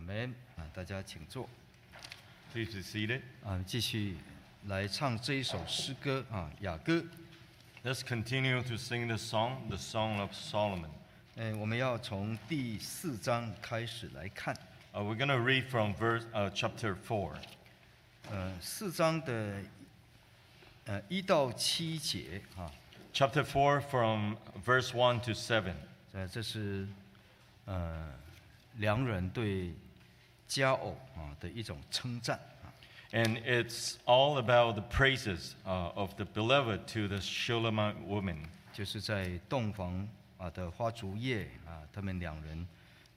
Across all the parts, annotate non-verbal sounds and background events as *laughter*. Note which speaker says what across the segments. Speaker 1: 们啊，大家请坐。
Speaker 2: Please be seated.
Speaker 1: 啊，继续来唱这一首诗歌啊，《雅歌》。
Speaker 2: Let's continue to sing the song, the Song of Solomon.
Speaker 1: 嗯，我们要从第四章开始来看。
Speaker 2: Uh, we're going to read from verse uh, chapter 4.
Speaker 1: 呃，四章的呃一到七节啊，
Speaker 2: Chapter 4 from verse 1 to 7.
Speaker 1: 呃，这是呃良人对佳偶啊的一种称赞啊。
Speaker 2: And it's all about the praises uh, of the beloved to the Shulamite woman.
Speaker 1: 就是在洞房啊的花烛夜啊，他们两人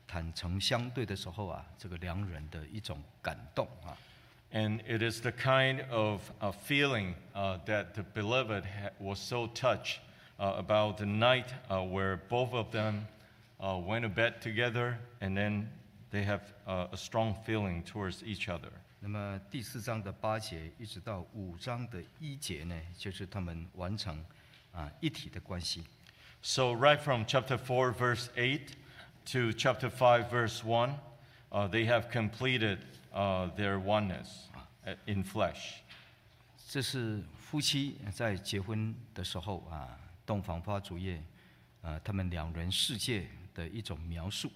Speaker 1: 坦诚相对的时候啊，这个良人的一种感动啊。
Speaker 2: And it is the kind of uh, feeling uh, that the beloved ha- was so touched uh, about the night uh, where both of them uh, went to bed together and then they have uh, a strong feeling towards each other.
Speaker 1: 那么第四章的八节一直到五章的一节呢，就是他们完成啊一体的关系。
Speaker 2: So, right from chapter 4, verse 8 to chapter 5, verse 1, uh, they have completed uh, their oneness uh, in flesh.
Speaker 1: 这是夫妻在结婚的时候啊，洞房花烛夜，啊，他们两人世界的一种描述。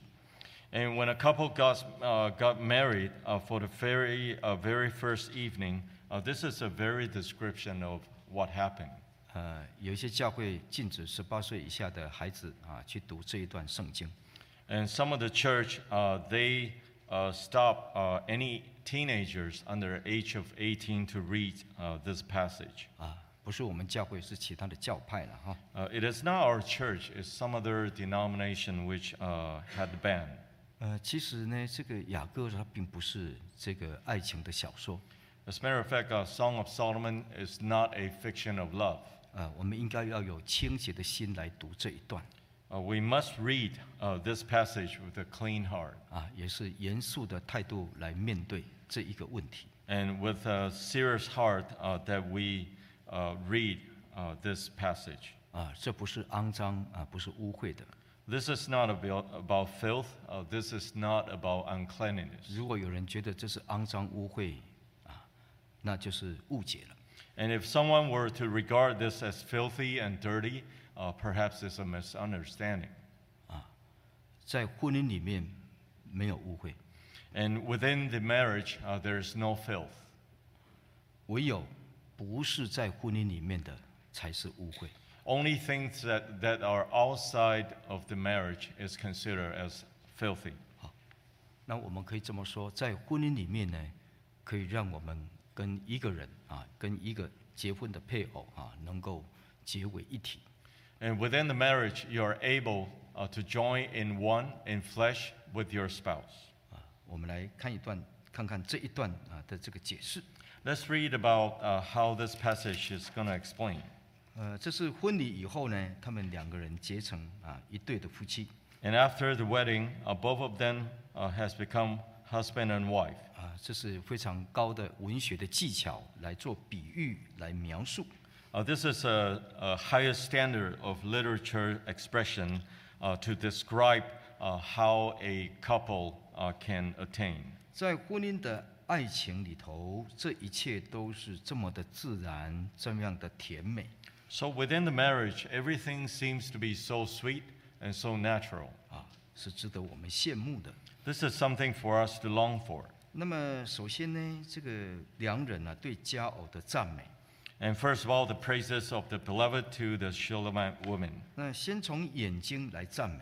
Speaker 2: And when a couple got, uh, got married uh, for the very, uh, very first evening, uh, this is a very description of what happened.
Speaker 1: 呃，有一些教会禁止十八岁以下的孩子啊去读这一段圣经。
Speaker 2: And some of the church, uh, they uh, stop uh, any teenagers under the age of 18 to read uh, this passage.
Speaker 1: 啊，不是我们教会，是其他的教派了哈。
Speaker 2: Uh, it is not our church, it's some other denomination which uh, had the ban.
Speaker 1: 呃，其实呢，这个雅各他并不是这个爱情的小说，
Speaker 2: As a matter of fact, uh, Song of Solomon is not a fiction of love.
Speaker 1: 呃，我们应该要有清洁的心来读这一段，
Speaker 2: Uh, we must read uh, this passage with a clean heart.
Speaker 1: 啊，也是严肃的态度来面对这一个问题。
Speaker 2: and with a serious heart uh, that we uh, read uh, this passage.
Speaker 1: 啊，这不是肮脏啊，不是污秽的。
Speaker 2: This is not about, about filth. Uh, this is not about uncleanliness.
Speaker 1: 如果有人觉得这是肮脏污秽，啊，那就是误解了。
Speaker 2: And if someone were to regard this as filthy and dirty, uh, perhaps it's a misunderstanding.
Speaker 1: 在婚姻里面没有误会，
Speaker 2: And within the marriage, uh, there is no filth.
Speaker 1: 唯有不是在婚姻里面的才是污秽。
Speaker 2: Only things that, that are outside of the marriage is considered as filthy.
Speaker 1: 那我们可以这么说，在婚姻里面呢，可以让我们跟一个人啊，跟一个结婚的配偶啊，能够结为一体。
Speaker 2: And within the marriage, you are able uh, to join in one in flesh with your spouse.
Speaker 1: 啊，我们来看一段，看看这一段啊的这个解释。
Speaker 2: Let's read about uh, how this passage is going to explain.
Speaker 1: 呃，这是婚礼以后呢，他们两个人结成啊一对的夫妻
Speaker 2: And after the wedding, uh, both of them uh, has become husband and wife.
Speaker 1: 啊，这是非常高的文学的技巧来做比喻来描述。
Speaker 2: Uh, this is a, a higher standard of literature expression uh, to describe uh, how a couple uh, can attain.
Speaker 1: 在婚姻的爱情里头，这一切都是这么的自然，这么样的甜美。
Speaker 2: So within the marriage, everything seems to be so sweet and so natural.
Speaker 1: 啊，是值得我们羡慕的。
Speaker 2: This is something for us to long for.
Speaker 1: 那么，首先呢，这个良人啊对佳偶的赞美。
Speaker 2: And first of all, the praises of the beloved to the Shulamite woman.
Speaker 1: 那先从眼睛来赞美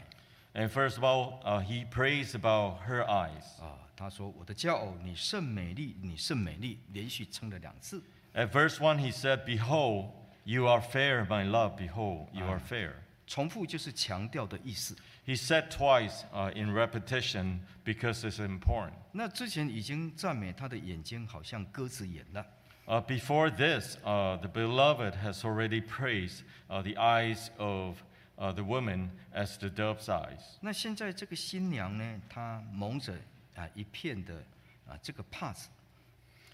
Speaker 2: And first of all, uh, he prays about her eyes.
Speaker 1: 啊，他说：“我的佳偶，你甚美丽，你甚美丽。”连续称了两次。
Speaker 2: At verse 1, he said, Behold, you are fair, my love, behold, you are fair.
Speaker 1: 重复就是强调的意思。
Speaker 2: He said twice uh, in repetition because it's important.
Speaker 1: 那之前已经赞美他的眼睛好像鸽子眼了，
Speaker 2: Uh, before this, uh, the beloved has already praised uh, the eyes of uh, the woman as the dove's eyes.
Speaker 1: 那现在这个新娘呢，她蒙着啊一片的啊这个帕子，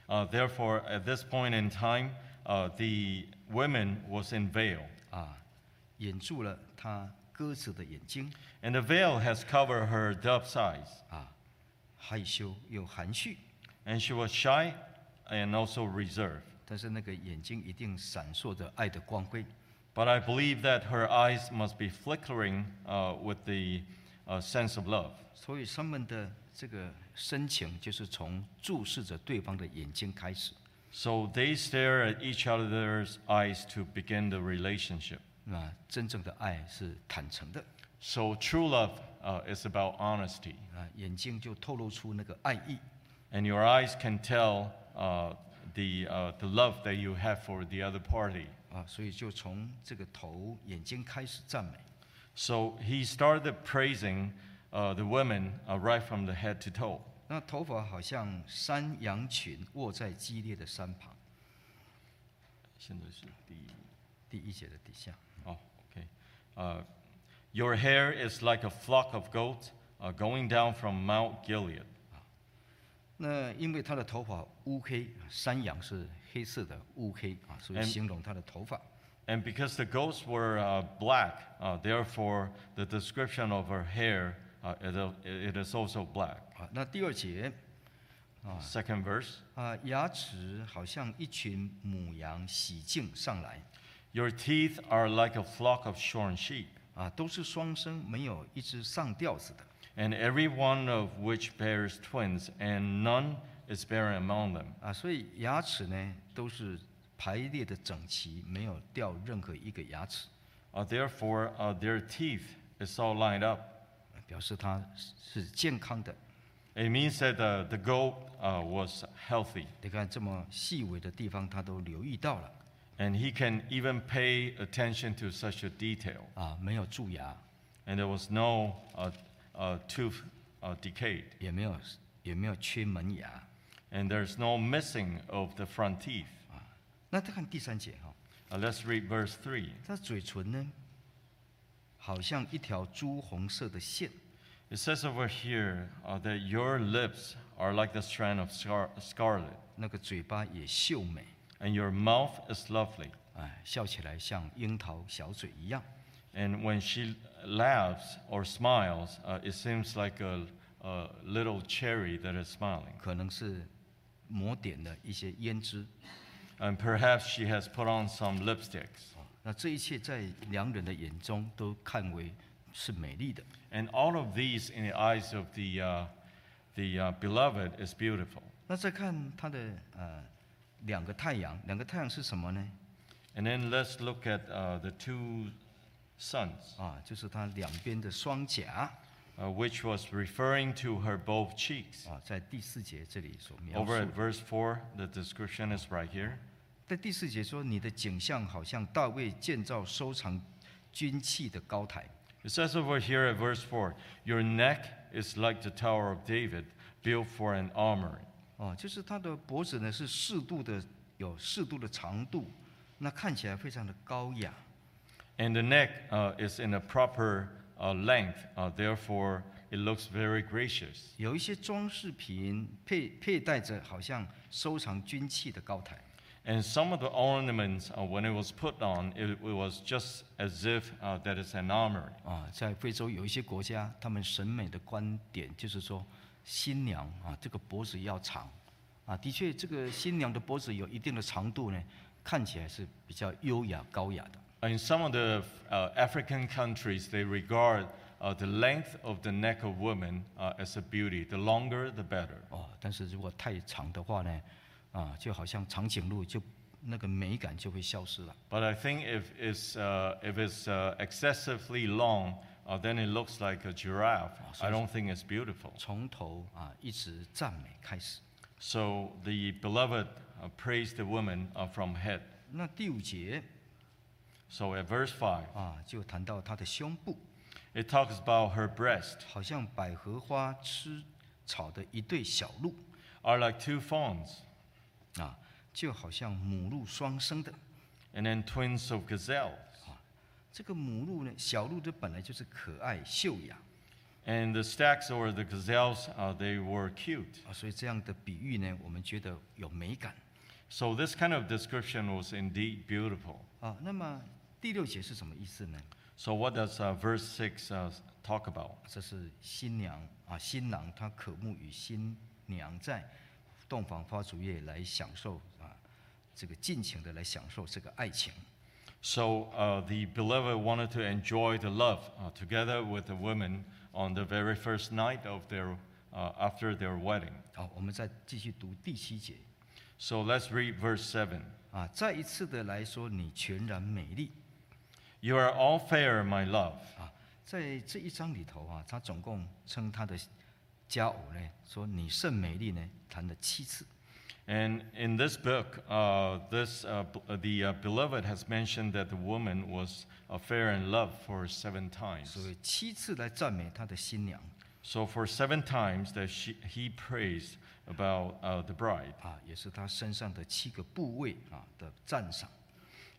Speaker 2: Uh, therefore, at this point in time, uh, the woman was in veil,
Speaker 1: 啊，掩住了她鸽子的眼睛
Speaker 2: and the veil has covered her dove's eyes.
Speaker 1: 啊，害羞又含蓄，
Speaker 2: And she was shy and also reserved.
Speaker 1: 但是那个眼睛一定闪烁着爱的光辉。
Speaker 2: But I believe that her eyes must be flickering uh, with the uh, sense of love.
Speaker 1: 所以他们的这个深情就是从注视着对方的眼睛开始。
Speaker 2: So they stare at each other's eyes to begin the relationship.
Speaker 1: 那真正的爱是坦诚的
Speaker 2: So true love uh, is about honesty,
Speaker 1: 啊，眼睛就透露出那个爱意。
Speaker 2: and your eyes can tell uh, the, uh, the love that you have for the other party.
Speaker 1: 啊，所以就从这个头眼睛开始赞美，
Speaker 2: So he started praising uh, the women uh, right from the head to toe.
Speaker 1: 那头发好像山羊群卧在激烈的山旁，第一节的底下，
Speaker 2: Oh, okay. Uh, your hair is like a flock of goats uh, going down from Mount Gilead.
Speaker 1: 那因为他的头发乌黑，山羊是黑色的乌黑啊，所以
Speaker 2: And-
Speaker 1: 形容他的头发。
Speaker 2: And because the goats were uh, black, uh, therefore the description of her hair uh, it, al- it is also black.
Speaker 1: 啊，那第二节
Speaker 2: Second verse.
Speaker 1: 啊，牙齿好像一群母羊洗净上来
Speaker 2: Your teeth are like a flock of shorn sheep,
Speaker 1: 啊，都是双生，没有一只上吊子的。
Speaker 2: and every one of which bears twins, and none is barren among them.
Speaker 1: 啊，所以牙齿呢都是排列的整齐，没有掉任何一个牙齿，
Speaker 2: Uh, therefore, uh, their teeth is all lined up.
Speaker 1: 啊表示它是是健康的。
Speaker 2: It means that uh, the goat uh, was healthy,
Speaker 1: 你看这么细微的地方，他都留意到了
Speaker 2: and he can even pay attention to such a detail.
Speaker 1: 啊，没有蛀牙，
Speaker 2: And there was no uh, uh, tooth uh, decayed,
Speaker 1: 也没有也没有缺门牙
Speaker 2: and there's no missing of the front teeth.
Speaker 1: 啊。那再看第三节哈、
Speaker 2: Uh, let's read verse 3.
Speaker 1: 他嘴唇呢，好像一条朱红色的线
Speaker 2: It says over here uh, that your lips are like the strand of scar- scarlet,
Speaker 1: 那个嘴巴也秀美，
Speaker 2: and your mouth is lovely.
Speaker 1: 哎，笑起来像樱桃小嘴一样。
Speaker 2: And when she laughs or smiles, uh, it seems like a, a little cherry that is smiling.
Speaker 1: 可能是抹点了一些胭脂
Speaker 2: And perhaps she has put on some lipsticks.
Speaker 1: 啊那这一切在良人的眼中都看为是美丽的
Speaker 2: And all of these, in the eyes of the, uh, the uh, beloved, is beautiful.
Speaker 1: 那再看他的呃两个太阳，两个太阳是什么呢？
Speaker 2: And then let's look at uh, the two sons,
Speaker 1: 啊，就是他两边的双颊
Speaker 2: uh, which was referring to her both cheeks.
Speaker 1: 啊，在第四节这里所描
Speaker 2: Over
Speaker 1: 述
Speaker 2: at。verse 4, the description is right here.
Speaker 1: 在第四节说，你的景象好像大卫建造收藏军器的高台
Speaker 2: It says over here at verse 4 Your neck is like the Tower of David, built for an armory.
Speaker 1: 哦，就是他的脖子呢是适度的，有适度的长度，那看起来非常的高雅。
Speaker 2: And the neck uh, is in a proper uh, length, uh, therefore, it looks very gracious.
Speaker 1: 有一些装饰品佩佩戴着好像收藏军器的高台
Speaker 2: And some of the ornaments, uh, when it was put on, it, it was just as if uh, that is an armory.
Speaker 1: 啊，在非洲有一些国家，他们审美的观点就是说，新娘啊这个脖子要长，啊的确这个新娘的脖子有一定的长度呢，看起来是比较优雅高雅的。
Speaker 2: In some of the uh, African countries, they regard uh, the length of the neck of women uh, as a beauty. The longer, the better.
Speaker 1: 哦，但是如果太长的话呢，啊，就好像长颈鹿就那个美感就会消失了。
Speaker 2: But I think if it's, uh, if it's uh, excessively long, uh, then it looks like a giraffe. I don't think it's beautiful.
Speaker 1: 从头啊一直赞美开始。
Speaker 2: So the beloved uh, praised the woman uh, from head.
Speaker 1: 那第五节
Speaker 2: So at verse 5,
Speaker 1: 啊，就谈到她的胸部，
Speaker 2: it talks about her breast
Speaker 1: 好像百合花吃草的一对小鹿
Speaker 2: are like two fawns
Speaker 1: 啊，就好像母鹿双生的
Speaker 2: and then twins of gazelles.
Speaker 1: 啊。这个母鹿呢，小鹿这本来就是可爱秀雅
Speaker 2: And the stacks or the gazelles, uh, they were cute.
Speaker 1: 啊，所以这样的比喻呢，我们觉得有美感
Speaker 2: So
Speaker 1: 啊
Speaker 2: this kind of description was indeed beautiful.
Speaker 1: 啊。那么第六节是什么意思呢？
Speaker 2: So, what does uh, verse 6 uh, talk about?
Speaker 1: 啊这是新娘啊，新郎他渴慕与新娘在洞房花烛夜来享受啊，这个尽情的来享受这个爱情。
Speaker 2: So, uh, the beloved wanted to enjoy the love uh, together with the women on the very first night of their, uh, after their wedding.
Speaker 1: 好，哦我们再继续读第七节
Speaker 2: So, let's read verse 7.
Speaker 1: 啊，再一次的来说，你全然美丽
Speaker 2: You are all fair, my love.
Speaker 1: 啊，在这一章里头啊，他总共称他的佳偶呢，说你甚美丽呢，谈了七次。
Speaker 2: And in this book, uh, this, uh, b- uh, the uh, beloved has mentioned that the woman was uh, fair and loved for seven times.
Speaker 1: 所以七次来赞美他的新娘
Speaker 2: So for seven times that she, he praised about uh, the bride,
Speaker 1: 啊，也是他身上的七个部位啊的赞赏。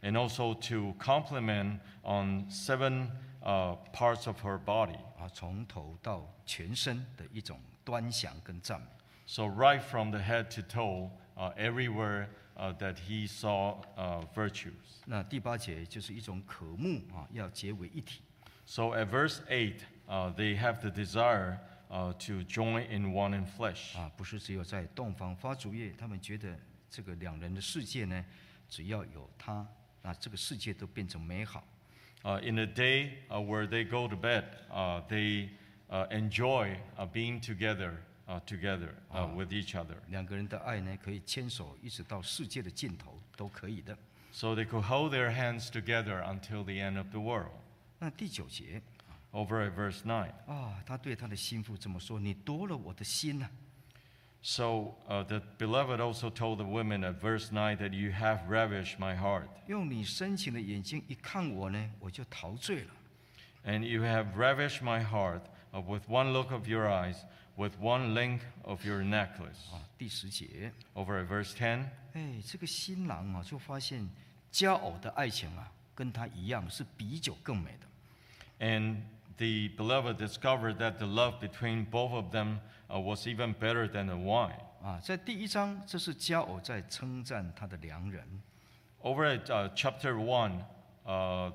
Speaker 2: and also to compliment on seven uh, parts of her body.
Speaker 1: 啊，从头到全身的一种端详跟赞美。
Speaker 2: So right from the head to toe, uh, everywhere uh, that he saw uh, virtues.
Speaker 1: 那第八节就是一种渴慕啊，要结为一体
Speaker 2: So at verse eight, uh, they have the desire uh, to join in one in flesh.
Speaker 1: 啊，不是只有在洞房花烛夜，他们觉得这个两人的世界呢，只要有他，那这个世界都变成美好
Speaker 2: Uh, in the day uh, where they go to bed, uh, they uh, enjoy uh, being together, uh, together uh, with each other.
Speaker 1: 两个人的爱呢，可以牵手一直到世界的尽头都可以的。
Speaker 2: So they could hold their hands together until the end of the world.
Speaker 1: 那第九节
Speaker 2: Over at verse 9.
Speaker 1: 啊，他对他的心腹这么说：“你夺了我的心啊呐、
Speaker 2: So uh, the beloved also told the women at verse 9 that you have ravished my heart,
Speaker 1: 用你深情的眼睛一看我呢，我就陶醉了。”
Speaker 2: and you have ravished my heart uh, with one look of your eyes, with one link of your necklace.
Speaker 1: 啊，第十节，
Speaker 2: Over at verse 10.
Speaker 1: 哎，这个新郎啊，就发现佳偶的爱情啊，跟他一样是比酒更美的。
Speaker 2: And the beloved discovered that the love between both of them uh, was even better than the wine.
Speaker 1: 啊，在第一章，这是佳偶在称赞他的良人
Speaker 2: Over at uh, chapter 1, uh,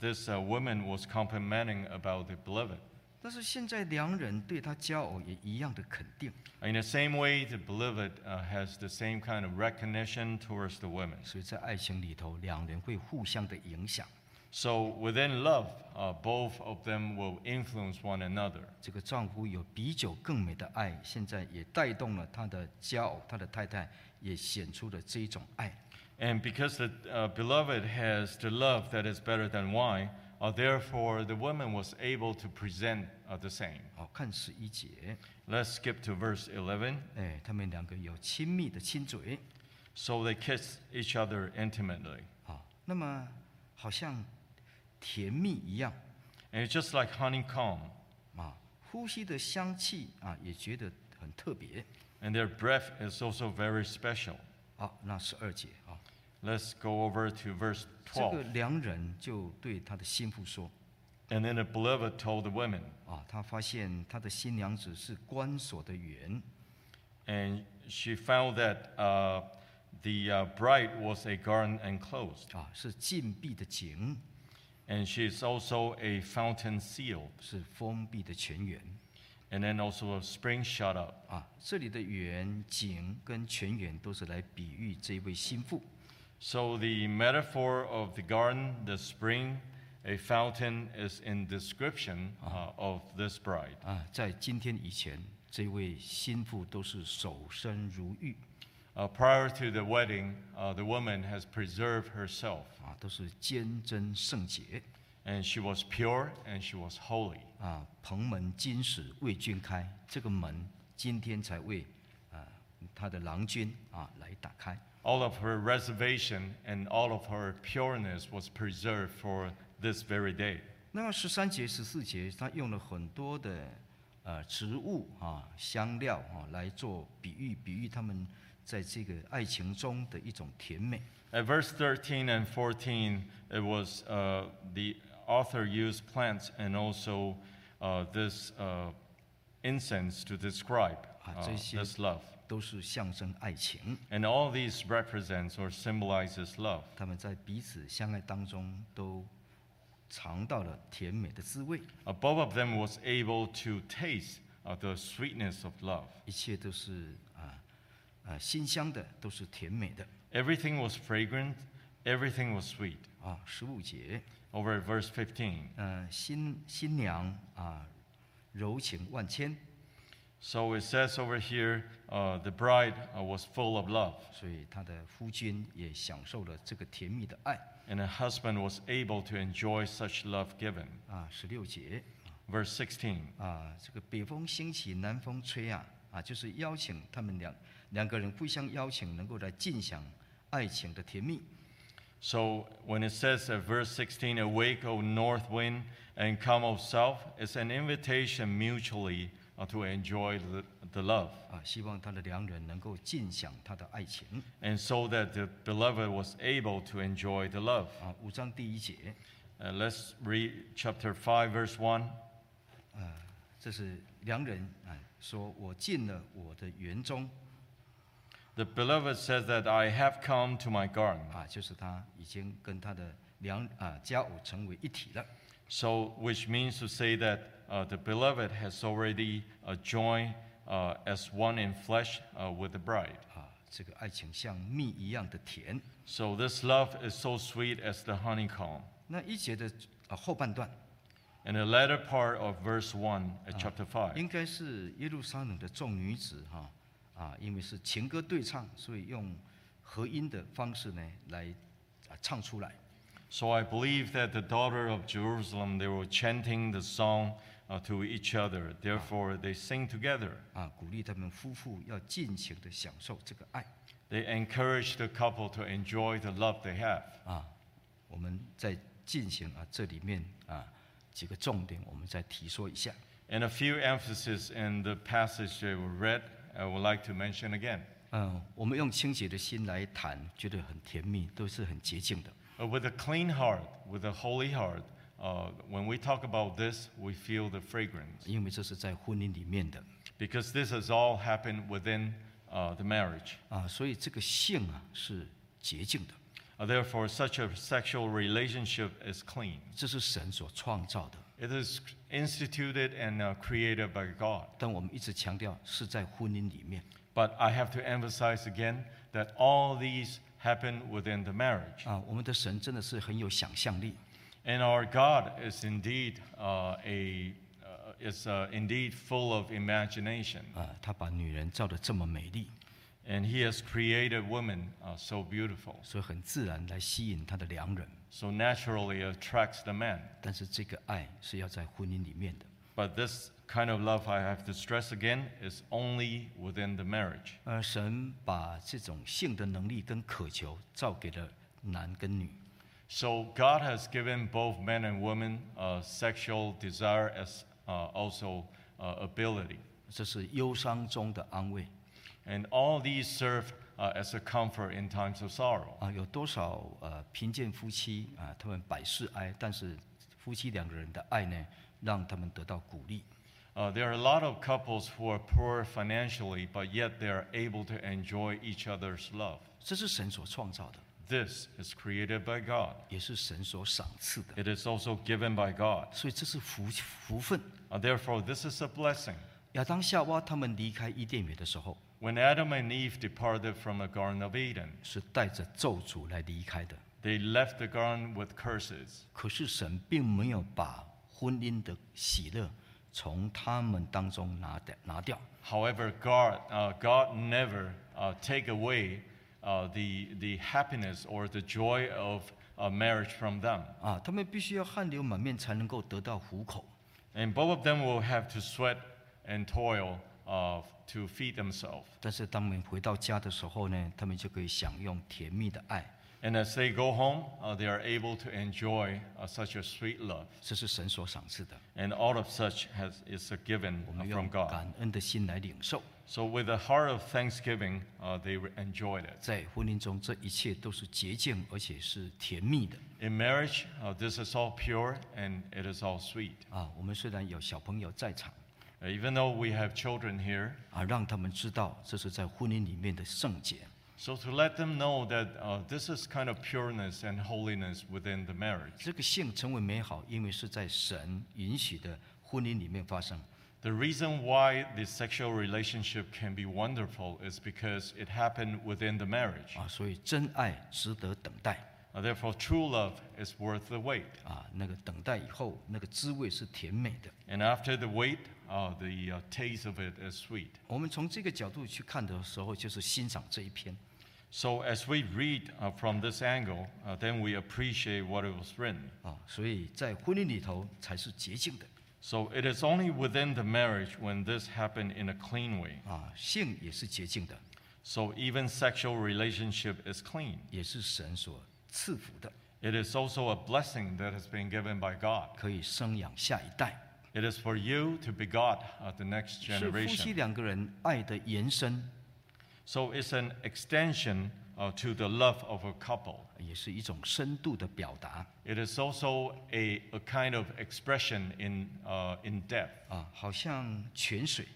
Speaker 2: this uh, woman was complimenting about the beloved.
Speaker 1: 但是现在良人对他佳偶也一样的肯定，
Speaker 2: In the same way, the beloved uh, has the same kind of recognition towards the women.
Speaker 1: 所以在爱情里头，两人会互相的影响。
Speaker 2: So within love, uh, both of them will influence one another.
Speaker 1: 这个丈夫有比酒更美的爱，现在也带动了他的佳偶，他的太太也显出了这一种爱。
Speaker 2: And because the uh, beloved has the love that is better than wine, uh, therefore the woman was able to present uh, the same.
Speaker 1: 好哦看十一节，
Speaker 2: Let's skip to verse 11.
Speaker 1: 哎，他们两个有亲密的亲嘴。
Speaker 2: So they kissed each other intimately.
Speaker 1: 啊，那么好像甜蜜一样
Speaker 2: And it's just like honeycomb,
Speaker 1: 啊，呼吸的香气啊，也觉得很特别
Speaker 2: and their breath is also very special.
Speaker 1: 啊。那十二节啊，
Speaker 2: Let's go over to verse
Speaker 1: 这个
Speaker 2: 12.
Speaker 1: 良人就对他的心腹说
Speaker 2: And then the beloved told the women,
Speaker 1: 啊，他发现他的新娘子是关锁的园
Speaker 2: and she found that uh, the uh, bride was a garden enclosed,
Speaker 1: 啊，是禁闭的井，
Speaker 2: and she is also a fountain sealed,
Speaker 1: 是封闭的泉源
Speaker 2: and then also a spring shut up.
Speaker 1: 啊。这里的园、井跟泉源都是来比喻这位心腹
Speaker 2: So the metaphor of the garden, the spring, a fountain is in description uh, of this bride.
Speaker 1: 啊。在今天以前，这位心腹都是守身如玉。
Speaker 2: Uh, prior to the wedding, uh, the woman has preserved herself,
Speaker 1: 啊，都是坚贞圣洁
Speaker 2: and she was pure and she was holy.
Speaker 1: 啊。蓬门今始为君开，这个门今天才为啊他的郎君啊来打开
Speaker 2: All of her reservation and all of her pureness was preserved for this very day.
Speaker 1: 那么十三节、十四节，他用了很多的呃植物啊、香料啊来做比喻，比喻他们在这个爱情中的一种甜美
Speaker 2: At verse 13 and 14, it was uh, the author used plants and also uh, this uh, incense to describe
Speaker 1: Ah,
Speaker 2: uh,
Speaker 1: 这些-
Speaker 2: this love.
Speaker 1: 都是象征爱情。
Speaker 2: And all these represents or symbolizes love.
Speaker 1: 他们在彼此相爱当中都尝到了甜美的滋味。
Speaker 2: Uh, both of them was able to taste uh, the sweetness of love.
Speaker 1: 一切都是啊，呃，馨香的，都是甜美的
Speaker 2: Everything was fragrant, everything was sweet.
Speaker 1: 啊。十五节，
Speaker 2: Over at verse 15.
Speaker 1: 呃，新新娘啊，柔情万千，
Speaker 2: So it says over here, uh, the bride uh, was full of love,
Speaker 1: 所以她的夫君也享受了这个甜蜜的爱
Speaker 2: and her husband was able to enjoy such love given.
Speaker 1: 啊。十六节
Speaker 2: Verse 16.
Speaker 1: 啊，这个北风兴起，南风吹啊啊，就是邀请他们两两个人互相邀请，能够来尽享爱情的甜蜜。
Speaker 2: So when it says at verse 16, Awake, O north wind, and come, O south, it's an invitation mutually uh, to enjoy the, the love.
Speaker 1: 啊，希望他的良人能够尽享他的爱情
Speaker 2: And so that the beloved was able to enjoy the love.
Speaker 1: 啊。五章第一节，
Speaker 2: Uh, let's read chapter 5, verse 1.
Speaker 1: 这是良人啊，说我进了我的园中
Speaker 2: The beloved says that I have come to my garden.
Speaker 1: 啊，就是他已经跟他的良啊佳偶成为一体了
Speaker 2: So, which means to say that uh, the beloved has already uh, joined uh, as one in flesh uh, with the bride.
Speaker 1: 啊。这个爱情像蜜一样的甜。
Speaker 2: So, this love is so sweet as the honeycomb.
Speaker 1: 那一节的啊后半段，
Speaker 2: In the latter part of verse 1 at chapter 5,
Speaker 1: 应该是耶路撒冷的众女子哈啊，因为是情歌对唱，所以用和音的方式呢来啊唱出来
Speaker 2: so I believe that the daughter of Jerusalem, they were chanting the song uh, to each other. Therefore, they sing together.
Speaker 1: 啊，鼓励他们夫妇要尽情的享受这个爱
Speaker 2: They encourage the couple to enjoy the love they have.
Speaker 1: 啊。我们再进行啊这里面啊几个重点，我们再提说一下
Speaker 2: And a few emphasis in the passage that we read, I would like to mention again.
Speaker 1: 嗯，我们用清洁的心来谈，觉得很甜蜜，都是很洁净的。
Speaker 2: Uh, With a clean heart, with a holy heart, uh, when we talk about this, we feel the fragrance
Speaker 1: 因为这是在婚姻里面的
Speaker 2: because this has all happened within uh, the marriage.
Speaker 1: 啊，所以这个性啊是洁净的，
Speaker 2: Uh, Therefore, such a sexual relationship is clean.
Speaker 1: 这是神所创造的。
Speaker 2: It is instituted and uh, created by God.
Speaker 1: 但我们一直强调是在婚姻里面
Speaker 2: But I have to emphasize again that all these happen within the marriage.
Speaker 1: 啊，我们的神真的是很有想象力
Speaker 2: And our God is indeed uh, a uh, is uh, indeed full of imagination,
Speaker 1: 啊，他把女人造的这么美丽，
Speaker 2: and He has created women uh, so beautiful,
Speaker 1: 所以很自然来吸引他的良人。
Speaker 2: so naturally attracts the man.
Speaker 1: 但是这个爱是要在婚姻里面的。
Speaker 2: But this kind of love, I have to stress again, is only within the marriage.
Speaker 1: 而呃神把这种性的能力跟渴求造给了男跟女
Speaker 2: So God has given both men and women uh, sexual desire as uh, also uh, ability,
Speaker 1: 呃这是忧伤中的安慰
Speaker 2: and all these serve uh, as a comfort in times of sorrow.
Speaker 1: 啊！有多少呃贫贱夫妻啊，他们百事哀，但是夫妻两个人的爱呢，让他们得到鼓励
Speaker 2: Uh, there are a lot of couples who are poor financially, but yet they are able to enjoy each other's love.
Speaker 1: 这是神所创造的，
Speaker 2: This is created by God.
Speaker 1: 也是神所赏赐的，
Speaker 2: It is also given by God.
Speaker 1: 所以这是福福分。
Speaker 2: Uh, therefore, this is a blessing.
Speaker 1: 亚当夏娃他们离开伊甸园的时候，
Speaker 2: When Adam and Eve departed from the Garden of Eden,
Speaker 1: 是带着咒诅来离开的。
Speaker 2: they left the garden with curses.
Speaker 1: 可是神并没有把婚姻的喜乐从他们当中拿掉拿掉，
Speaker 2: However, God, uh, God never uh, take away uh, the, the happiness or the joy of uh, marriage from them.
Speaker 1: 啊，他们必须要汗流满面才能够得到糊口，
Speaker 2: And both of them will have to sweat and toil uh, to feed themselves.
Speaker 1: 但是当他们回到家的时候呢，他们就可以享用甜蜜的爱，
Speaker 2: And as they go home, uh, they are able to enjoy uh, such a sweet love.
Speaker 1: 这是神所赏赐的。
Speaker 2: And all of such has, is a given
Speaker 1: 我
Speaker 2: uh,
Speaker 1: 们用
Speaker 2: from God.
Speaker 1: 感恩的心来领受，
Speaker 2: So, with a heart of thanksgiving, uh, they re- enjoyed it.
Speaker 1: 在婚姻中，这一切都是洁净而且是甜蜜的
Speaker 2: In marriage, uh, this is all pure and it is all sweet.
Speaker 1: 啊。我们虽然有小朋友在场啊
Speaker 2: Uh, even though we have children here,
Speaker 1: 啊，让他们知道这是在婚姻里面的圣洁
Speaker 2: So to let them know that uh, this is kind of pureness and holiness within the marriage.
Speaker 1: 这个性成为美好，因为是在神允许的婚姻里面发生。
Speaker 2: The reason why the sexual relationship can be wonderful is because it happened within the marriage.
Speaker 1: 啊，所以真爱值得等待
Speaker 2: Uh, Therefore, true love is worth the wait.
Speaker 1: 啊，那个等待以后那个滋味是甜美的。
Speaker 2: And after the wait, uh, the uh, taste of it is sweet.
Speaker 1: 我们从这个角度去看的时候，就是欣赏这一篇
Speaker 2: So, as we read uh, from this angle, uh, then we appreciate what it was written.
Speaker 1: 啊，所以在婚姻里头才是洁净的
Speaker 2: So, it is only within the marriage when this happened in a clean way.
Speaker 1: 啊，性也是洁净的，
Speaker 2: So, even sexual relationship is clean.
Speaker 1: 也是神所赐福的，
Speaker 2: It is also a blessing that has been given by God.
Speaker 1: 可以生养下一代，
Speaker 2: It is for you to begot uh, the next
Speaker 1: 是夫妻
Speaker 2: generation.
Speaker 1: 两个人爱的延伸，
Speaker 2: So, it's an extension uh, to the love of a couple.
Speaker 1: 也是一种深度的表达
Speaker 2: It is also a, a kind of expression in, uh, in depth.
Speaker 1: 啊，好像泉水，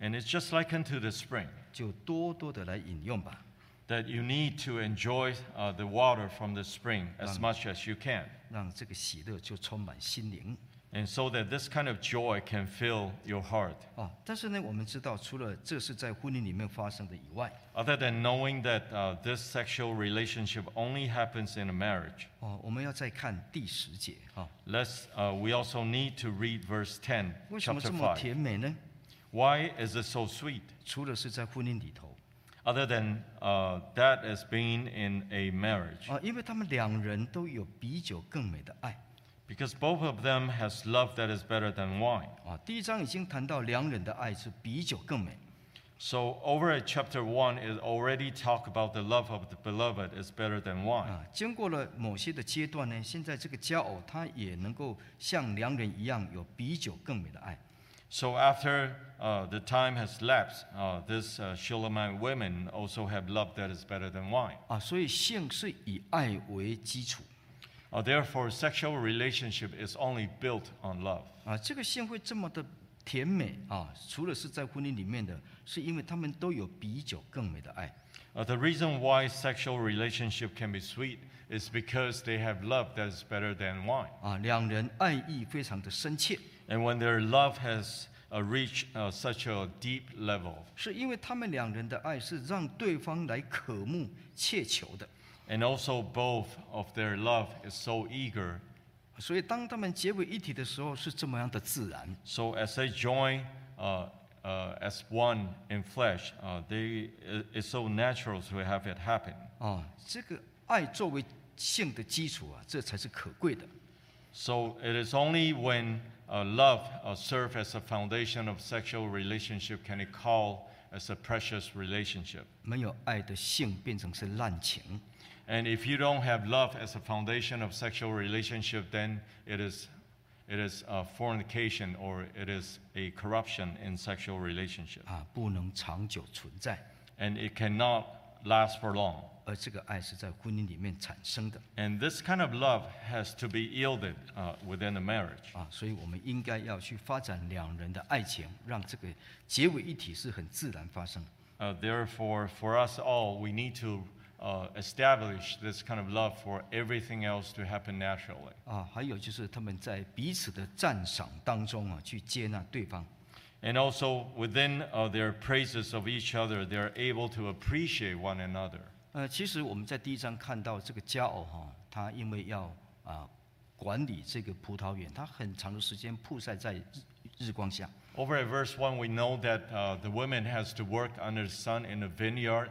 Speaker 2: And it's just like unto the spring,
Speaker 1: 就多多的来饮用吧，
Speaker 2: that you need to enjoy uh, the water from the spring as much as you can.
Speaker 1: 让这个喜乐就充满心灵
Speaker 2: And so that this kind of joy can fill your heart.
Speaker 1: 啊。但是呢，我们知道，除了这是在婚姻里面发生的以外，
Speaker 2: Other than knowing that uh, this sexual relationship only happens in a marriage,
Speaker 1: 哦，我们要再看第十节哦哈、
Speaker 2: let's, uh, we also need to read verse 10,
Speaker 1: 为什么
Speaker 2: chapter
Speaker 1: 这么
Speaker 2: 5.
Speaker 1: 甜美呢？
Speaker 2: Why is it so sweet?
Speaker 1: 除了是在婚姻里头
Speaker 2: Other than uh, that as being in a marriage.
Speaker 1: 啊，因为他们两人都有比酒更美的爱
Speaker 2: Because both of them has love that is better than wine.
Speaker 1: 啊。第一章已经谈到两人的爱是比酒更美
Speaker 2: So over at chapter one, it already talk about the love of the beloved is better than wine.
Speaker 1: 啊。经过了某些的阶段呢，现在这个佳偶他也能够像良人一样有比酒更美的爱
Speaker 2: So after uh, the time has lapsed, uh, this uh, Shulamite women also have love that is better than wine.
Speaker 1: 啊。所以性是以爱为基础
Speaker 2: Uh, therefore, sexual relationship is only built on love.
Speaker 1: 啊。这个性会这么的甜美啊，除了是在婚姻里面的，是因为他们都有比酒更美的爱。
Speaker 2: Uh, the reason why sexual relationship can be sweet is because they have love that is better than wine.
Speaker 1: 啊，两人爱意非常的深切，
Speaker 2: And when their love has uh, reached uh, such a deep level,
Speaker 1: 是因为他们两人的爱是让对方来渴慕、切求的。
Speaker 2: and also both of their love is so eager,
Speaker 1: 所以，当他们结为一体的时候，是这么样的自然
Speaker 2: so as they join uh, uh, as one in flesh, uh, they, it- it's so natural to have it happen.
Speaker 1: 啊。这个爱作为性的基础啊，这才是可贵的
Speaker 2: So it is only when uh, love uh, serves as a foundation of sexual relationship can it call as a precious relationship.
Speaker 1: 没有爱的性变成是滥情
Speaker 2: And if you don't have love as a foundation of sexual relationship, then it is, it is uh, fornication or it is a corruption in sexual relationship.
Speaker 1: 啊，不能长久存在。
Speaker 2: and it cannot last for long.
Speaker 1: 而这个爱是在婚姻里面产生的
Speaker 2: And this kind of love has to be yielded uh, within a marriage.
Speaker 1: 啊，所以我们应该要去发展两人的爱情，让这个结为一体是很自然发生。
Speaker 2: Uh, therefore, for us all, we need to uh, establish this kind of love for everything else to happen naturally.
Speaker 1: 啊，还有就是他们在彼此的赞赏当中啊，去接纳对方
Speaker 2: And also, within uh, their praises of each other, they're able to appreciate one another.
Speaker 1: 呃，其实我们在第一章看到这个佳偶哈、他因为要啊管理这个葡萄园，他很长的时间曝晒在日日光下
Speaker 2: Over at verse 1, we know that uh, the woman has to work under the sun in the vineyard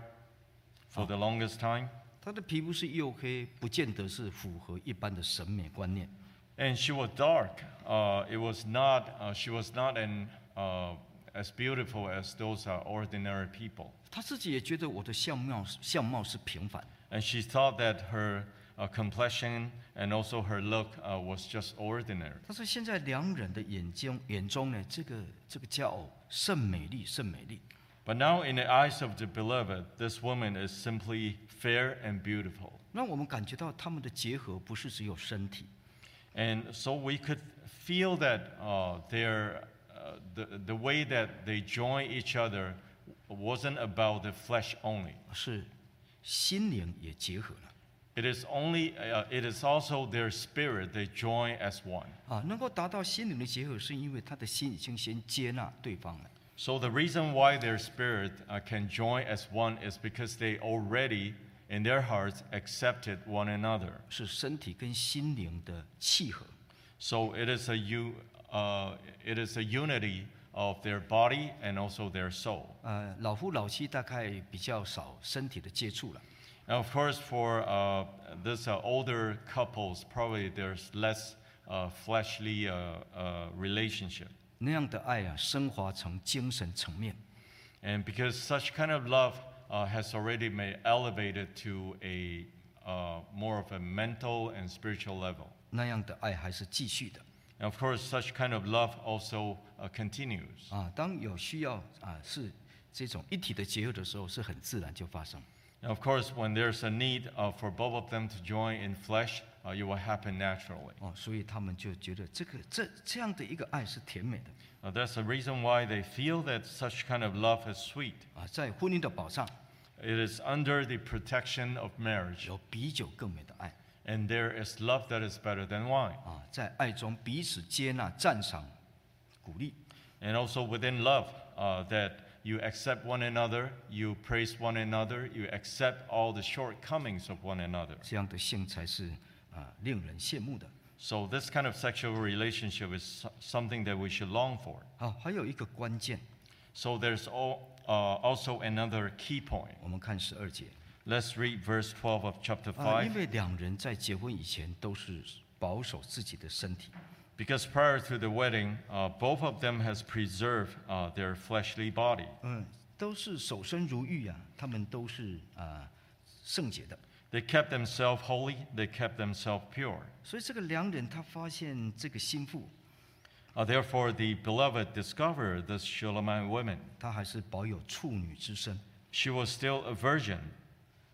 Speaker 2: for the longest time.
Speaker 1: 他的皮肤是黝黑，不见得是符合一般的审美观念
Speaker 2: And she was dark. Uh, it was not. Uh, she was not an uh, as beautiful as those are ordinary people.
Speaker 1: 他自己也觉得我的相貌相貌是平凡
Speaker 2: And she thought that her uh, complexion and also her look uh, was just ordinary.
Speaker 1: 但是现在良人的眼睛眼中呢，这个这个佳偶甚美丽，甚美丽
Speaker 2: But now, in the eyes of the beloved, this woman is simply fair and beautiful.
Speaker 1: 让我们感觉到他们的结合不是只有身体，
Speaker 2: And so we could feel that uh, their uh, the, the way that they join each other wasn't about the flesh only.
Speaker 1: 是心灵也结合了
Speaker 2: It is only uh, it is also their spirit they join as one.
Speaker 1: 啊，能够达到心灵的结合，是啊因为他的心已经先接纳对方了。
Speaker 2: So the reason why their spirit uh, can join as one is because they already in their hearts accepted one another.
Speaker 1: 是身体跟心灵的契合。
Speaker 2: So it is a u- uh, it is a unity of their body and also their soul.
Speaker 1: 呃，老夫老妻大概比较少身体的接触了，
Speaker 2: Now, of course, for uh, this uh, older couples, probably there's less uh, fleshly uh, uh, relationship,
Speaker 1: 那样的爱啊，升华成精神层面，
Speaker 2: and because such kind of love uh, has already been elevated to a uh, more of a mental and spiritual level.
Speaker 1: 那样的爱还是继续的
Speaker 2: And of course, such kind of love also uh, continues.
Speaker 1: 啊。当有需要啊，是这种一体的结合的时候，是很自然就发生。
Speaker 2: And of course, when there's a need uh, for both of them to join in flesh, uh, it will happen naturally.
Speaker 1: 哦，所以他们就觉得这个这这样的一个爱是甜美的
Speaker 2: Uh, that's the reason why they feel that such kind of love is sweet.
Speaker 1: 啊，在婚姻的宝藏
Speaker 2: It is under the protection of marriage,
Speaker 1: 有比酒更美的爱
Speaker 2: and there is love that is better than wine.
Speaker 1: 啊，在爱中彼此接纳、赞赏、鼓励
Speaker 2: And also within love, uh, that you accept one another, you praise one another, you accept all the shortcomings of one another.
Speaker 1: 这样的性才是啊令人羡慕的。
Speaker 2: So, this kind of sexual relationship is so- something that we should long for.
Speaker 1: 好，还有一个关键，
Speaker 2: So, there's all, uh, also another key point.
Speaker 1: 我们看十二节
Speaker 2: Let's read verse 12 of chapter
Speaker 1: 啊，因
Speaker 2: 5.
Speaker 1: 为两人在结婚以前都是保守自己的身体
Speaker 2: Because prior to the wedding, uh, both of them has preserved uh, their fleshly body.
Speaker 1: 嗯，都是守身如玉啊，他们都是啊、圣洁的。
Speaker 2: They kept themselves holy, they kept themselves pure.
Speaker 1: 所以这个良人他发现这个心腹，
Speaker 2: Uh, therefore, the beloved discovered this Shulamite woman.
Speaker 1: 他还是保有处女之身。
Speaker 2: She was still a virgin.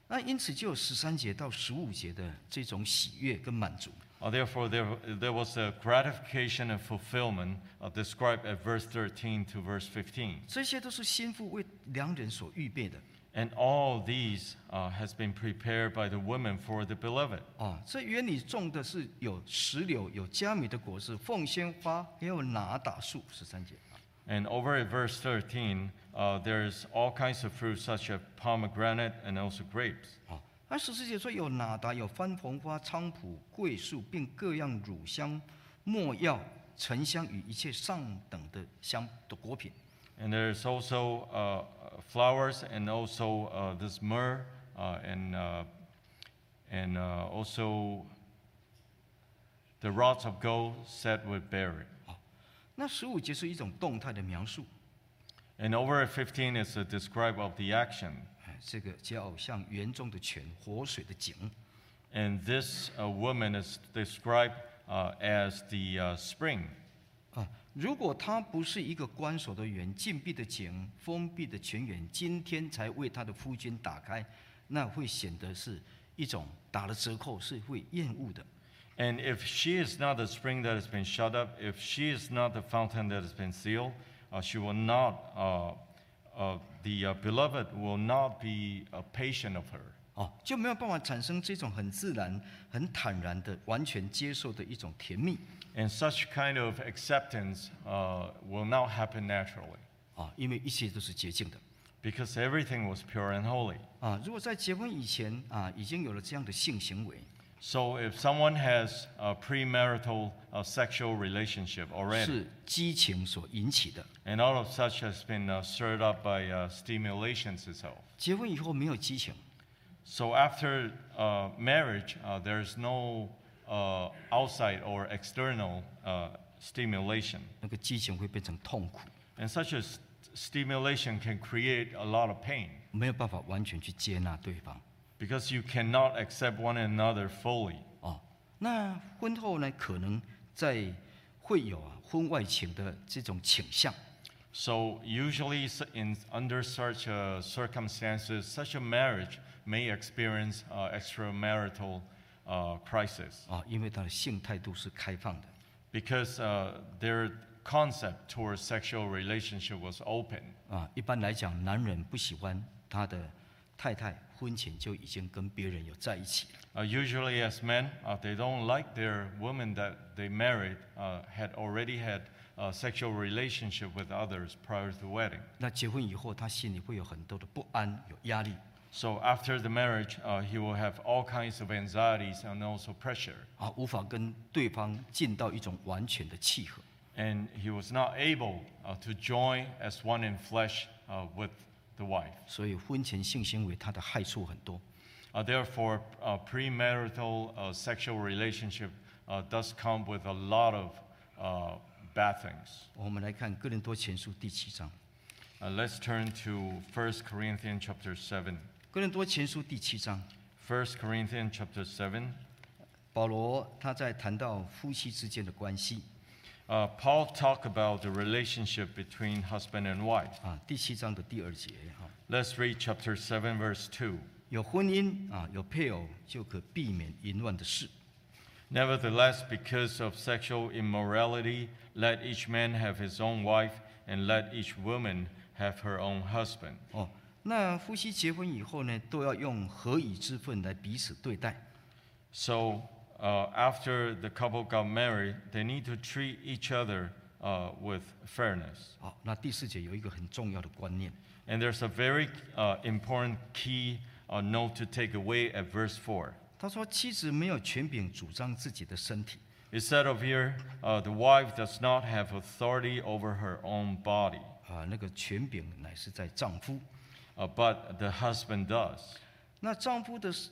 Speaker 1: 那因此就有十三节到十五节的这种喜悦跟满足。
Speaker 2: Uh, therefore, there, there was a gratification and fulfillment uh, described at verse 13 to verse 15.
Speaker 1: 这些都是心腹为良人所预备的
Speaker 2: And all these uh, has been prepared by the woman for the beloved.
Speaker 1: 啊！这园里种的是有石榴、有佳米的果子、凤仙花，还有拿打树。十三节啊
Speaker 2: And over at verse 13, uh, there's all kinds of fruit, such as pomegranate and also grapes.
Speaker 1: 啊，那十四节说有哪达、有番红花、菖蒲、桂树，并各样乳香、没药、沉香与一切上等的香的果品。
Speaker 2: And there's also uh, flowers and also uh, this myrrh uh, and, uh, and uh, also the rods of gold set with berry.
Speaker 1: 那十五节是一种动态的描述，
Speaker 2: And over at 15 is a describe of the action.
Speaker 1: 哎，这个皆偶像园中的泉，活水的井。
Speaker 2: And this uh, woman is described uh, as the uh, spring.
Speaker 1: 啊，如果它不是一个关锁的园、禁闭的井、封闭的泉源，今天才为他的夫君打开，那会显得是一种打了折扣，是会厌恶的。
Speaker 2: And if she is not the spring that has been shut up, if she is not the fountain that has been sealed, uh, she will not, uh, uh, the uh, beloved will not be uh, patient of her.
Speaker 1: 哦，就没有办法产生这种很自然、很坦然的、完全接受的一种甜蜜
Speaker 2: And such kind of acceptance uh, will not happen naturally
Speaker 1: 啊，因为一切都是洁净的
Speaker 2: because everything was pure and holy.
Speaker 1: 啊。如果在结婚以前啊，已经有了这样的性行为，
Speaker 2: So if someone has a premarital uh, sexual relationship already,
Speaker 1: 是激情所引起的。
Speaker 2: and all of such has been uh, stirred up by uh, stimulations itself.
Speaker 1: 结婚以后没有激情
Speaker 2: So after uh, marriage, uh, there's no uh, outside or external uh, stimulation,
Speaker 1: 那个激情会变成痛苦，
Speaker 2: and such a st- stimulation can create a lot of pain
Speaker 1: 没有办法完全去接纳对方。
Speaker 2: because you cannot accept one another fully.
Speaker 1: 哦，那婚后呢，可能在会有啊婚外情的这种倾向
Speaker 2: So usually, s- in under such uh, circumstances, such a marriage may experience uh, extramarital uh, crisis
Speaker 1: 啊，因为他的性态度是开放的
Speaker 2: because uh, their concept towards
Speaker 1: 啊
Speaker 2: sexual relationship was open.
Speaker 1: 啊。一般来讲，男人不喜欢他的太太婚前就已经跟别人有在一起了。
Speaker 2: Uh, usually, as men, uh, they don't like their women that they married uh, had already had a sexual relationship with others prior to the wedding.
Speaker 1: 那结婚以后，他心里会有很多的不安，有压力
Speaker 2: So after the marriage, uh, he will have all kinds of anxieties and also pressure.
Speaker 1: 啊，无法跟对方进到一种完全的契合。
Speaker 2: And he was not able uh, to join as one in flesh uh, with the wife.
Speaker 1: 所以婚前性行为它的害处很多。
Speaker 2: Uh, therefore, uh, premarital uh, sexual relationship uh, does come with a lot of uh, bad things.
Speaker 1: 我们来看《哥林多前书》第七章，《
Speaker 2: Uh, let's turn to 1 Corinthians chapter 7.
Speaker 1: 哥林多前书》第七章，
Speaker 2: 1 Corinthians chapter 7.
Speaker 1: 保罗他在谈到夫妻之间的关系
Speaker 2: Uh, Paul talked about the relationship between husband and wife.
Speaker 1: 啊，第七章的第二节哈、
Speaker 2: Let's read chapter 7, verse 2.
Speaker 1: 有婚姻啊，有配偶就可避免淫乱的事。
Speaker 2: Nevertheless, because of sexual immorality, let each man have his own wife, and let each woman have her own husband.
Speaker 1: 哦，那夫妻结婚以后呢，都要用合以之分来彼此对待。
Speaker 2: So, uh, after the couple got married, they need to treat each other uh, with fairness.
Speaker 1: 好、哦那第四节有一个很重要的观念，
Speaker 2: And there's a very uh, important key uh, note to take away at verse 4.
Speaker 1: 他说妻子没有权柄主张自己的身体，
Speaker 2: It said over here, uh, the wife does not have authority over her own body,
Speaker 1: 啊，那个权柄乃是在丈夫。
Speaker 2: uh, but the husband does.
Speaker 1: 那丈夫的身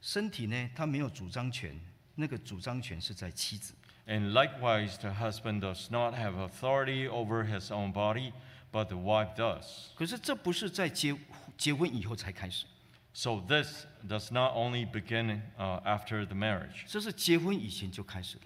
Speaker 1: 身体呢，他没有主张权，那个主张权是在妻子。
Speaker 2: And likewise, the husband does not have authority over his own body, but the wife does.
Speaker 1: 可是这不是在结结婚以后才开始，
Speaker 2: So this does not only begin uh, after the marriage,
Speaker 1: 这是结婚以前就开始了。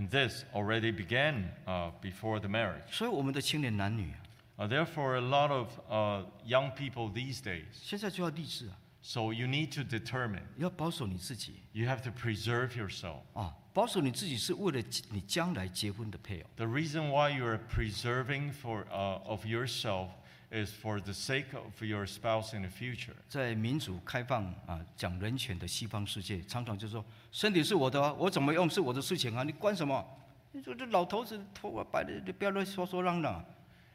Speaker 2: and this already began uh, before the marriage.
Speaker 1: 所以我们的青年男女、啊、
Speaker 2: Uh, therefore, a lot of uh, young people these days,
Speaker 1: 现在就要立志啊，
Speaker 2: so you need to determine,
Speaker 1: 要保守你自己
Speaker 2: you have to preserve yourself.
Speaker 1: 啊，保守你自己是为了你将来结婚的配偶。
Speaker 2: The reason why you are preserving for, uh, of yourself is for the sake of your spouse in the future.
Speaker 1: 在民主开放啊讲人权的西方世界，常常就说身体是我的、啊，我怎么用是我的事情啊，你管什么？你说这老头子头发白的，你不要乱说说嚷嚷啊。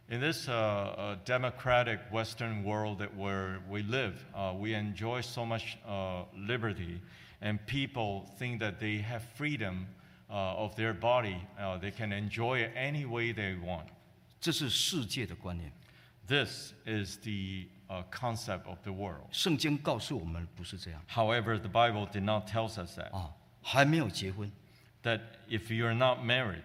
Speaker 2: In this uh, uh, democratic Western world that where we live, uh, we enjoy so much uh, liberty, and people think that they have freedom uh, of their body. Uh, they can enjoy it any way they want.
Speaker 1: 这是世界的观念。
Speaker 2: This is the uh, concept of the world.
Speaker 1: 圣经告诉我们不是这样
Speaker 2: However, the Bible did not tell us that,
Speaker 1: 啊，还没有结婚，
Speaker 2: that if you're not married,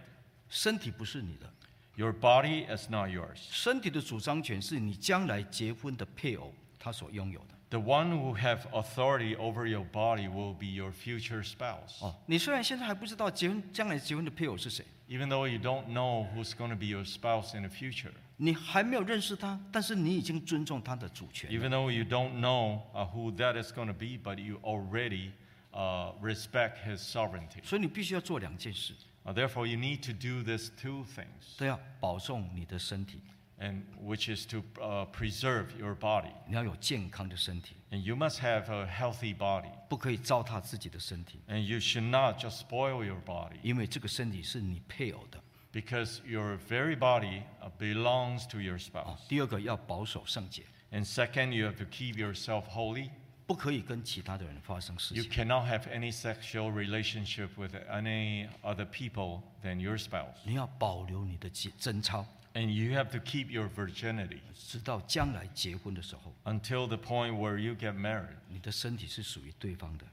Speaker 1: 身体不是你的，
Speaker 2: your body is not yours.
Speaker 1: 身体的主张权是你将来结婚的配偶他所拥有的。
Speaker 2: The one who have authority over your body will be your future spouse.
Speaker 1: 哦，你虽然现在还不知道结婚将来结婚的配偶是谁，
Speaker 2: Even though you don't know who's going to be your spouse in the future,
Speaker 1: 你还没有认识他，但是你已经尊重他的主权。
Speaker 2: even though you don't know uh, who that is going to be, but you already uh, respect his sovereignty.
Speaker 1: 所以你必须要做两件事，
Speaker 2: Uh, therefore, you need to do these two things,
Speaker 1: 都要保重你的身体，
Speaker 2: and which is to uh, preserve your body,
Speaker 1: 你要有健康的身体，
Speaker 2: and you must have a healthy body,
Speaker 1: 不可以糟蹋自己的身体，
Speaker 2: and you should not just spoil your body
Speaker 1: 因为这个身体是你配偶的。
Speaker 2: because your very body uh, belongs to your
Speaker 1: 啊
Speaker 2: spouse.，
Speaker 1: 第二个要保守圣洁，
Speaker 2: And second, you have to keep yourself holy.
Speaker 1: 不可以跟其他的人发生事
Speaker 2: You
Speaker 1: 情。
Speaker 2: cannot have any sexual relationship with any other people than your spouse.
Speaker 1: 你要保留你的贞贞操，
Speaker 2: And you have to keep your virginity
Speaker 1: 直到将来结婚的时候，
Speaker 2: until the point where you get married.
Speaker 1: 你的身体是属于对方的。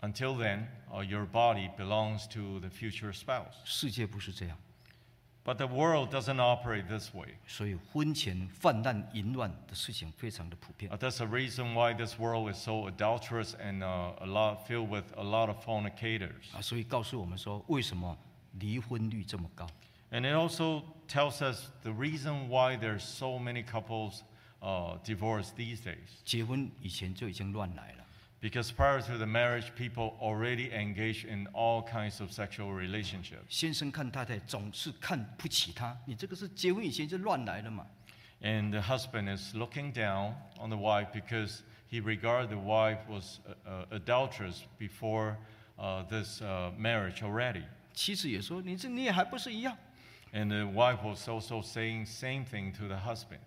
Speaker 2: Until then, uh, your body belongs to the future spouse.
Speaker 1: 世界不是这样，
Speaker 2: But the world doesn't operate this way.
Speaker 1: 所以婚前泛滥淫乱的事情非常的普遍
Speaker 2: Uh, that's the reason why this world is so adulterous and uh, a lot filled with a lot of fornicators.
Speaker 1: 啊，所以告诉我们说，为什么离婚率这么高？
Speaker 2: And it also tells us the reason why there's so many couples uh, divorced these days.
Speaker 1: 结婚以前就已经乱来了。
Speaker 2: Because prior to the marriage, people already engage in all kinds of sexual relationships.
Speaker 1: 先生看太太总是看不起她，你这个是结婚以前就乱来的嘛？
Speaker 2: And the husband is looking down on the wife because he regarded the wife was uh, uh, adulterous before uh, this uh, marriage already.
Speaker 1: 妻子也说：“你这你也还不是一样。
Speaker 2: And the wife was also saying same thing to the husband. ”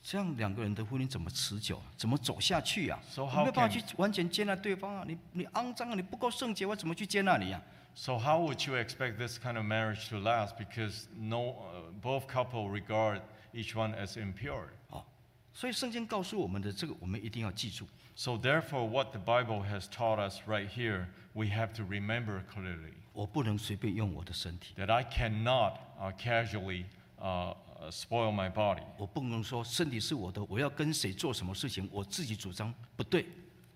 Speaker 1: 这样两个人的婚姻怎么持久？啊怎么走下去啊？
Speaker 2: So
Speaker 1: 我
Speaker 2: how
Speaker 1: 没有办法
Speaker 2: can-
Speaker 1: 去完全接纳对方啊！你你肮脏啊！你不够圣洁，我怎么去接纳你啊呀、
Speaker 2: So how would you expect this kind of marriage to last? Because no, uh, both couple regard each one as impure.
Speaker 1: 哦，所以圣经告诉我们的这个，我们一定要记住。
Speaker 2: So therefore, what the Bible has taught us right here, we have to remember clearly
Speaker 1: 我不能随便用我的身体，
Speaker 2: that I cannot uh, casually uh, uh, spoil my body.
Speaker 1: 我不能说身体是我的，我要跟谁做什么事情，我自己主张不对。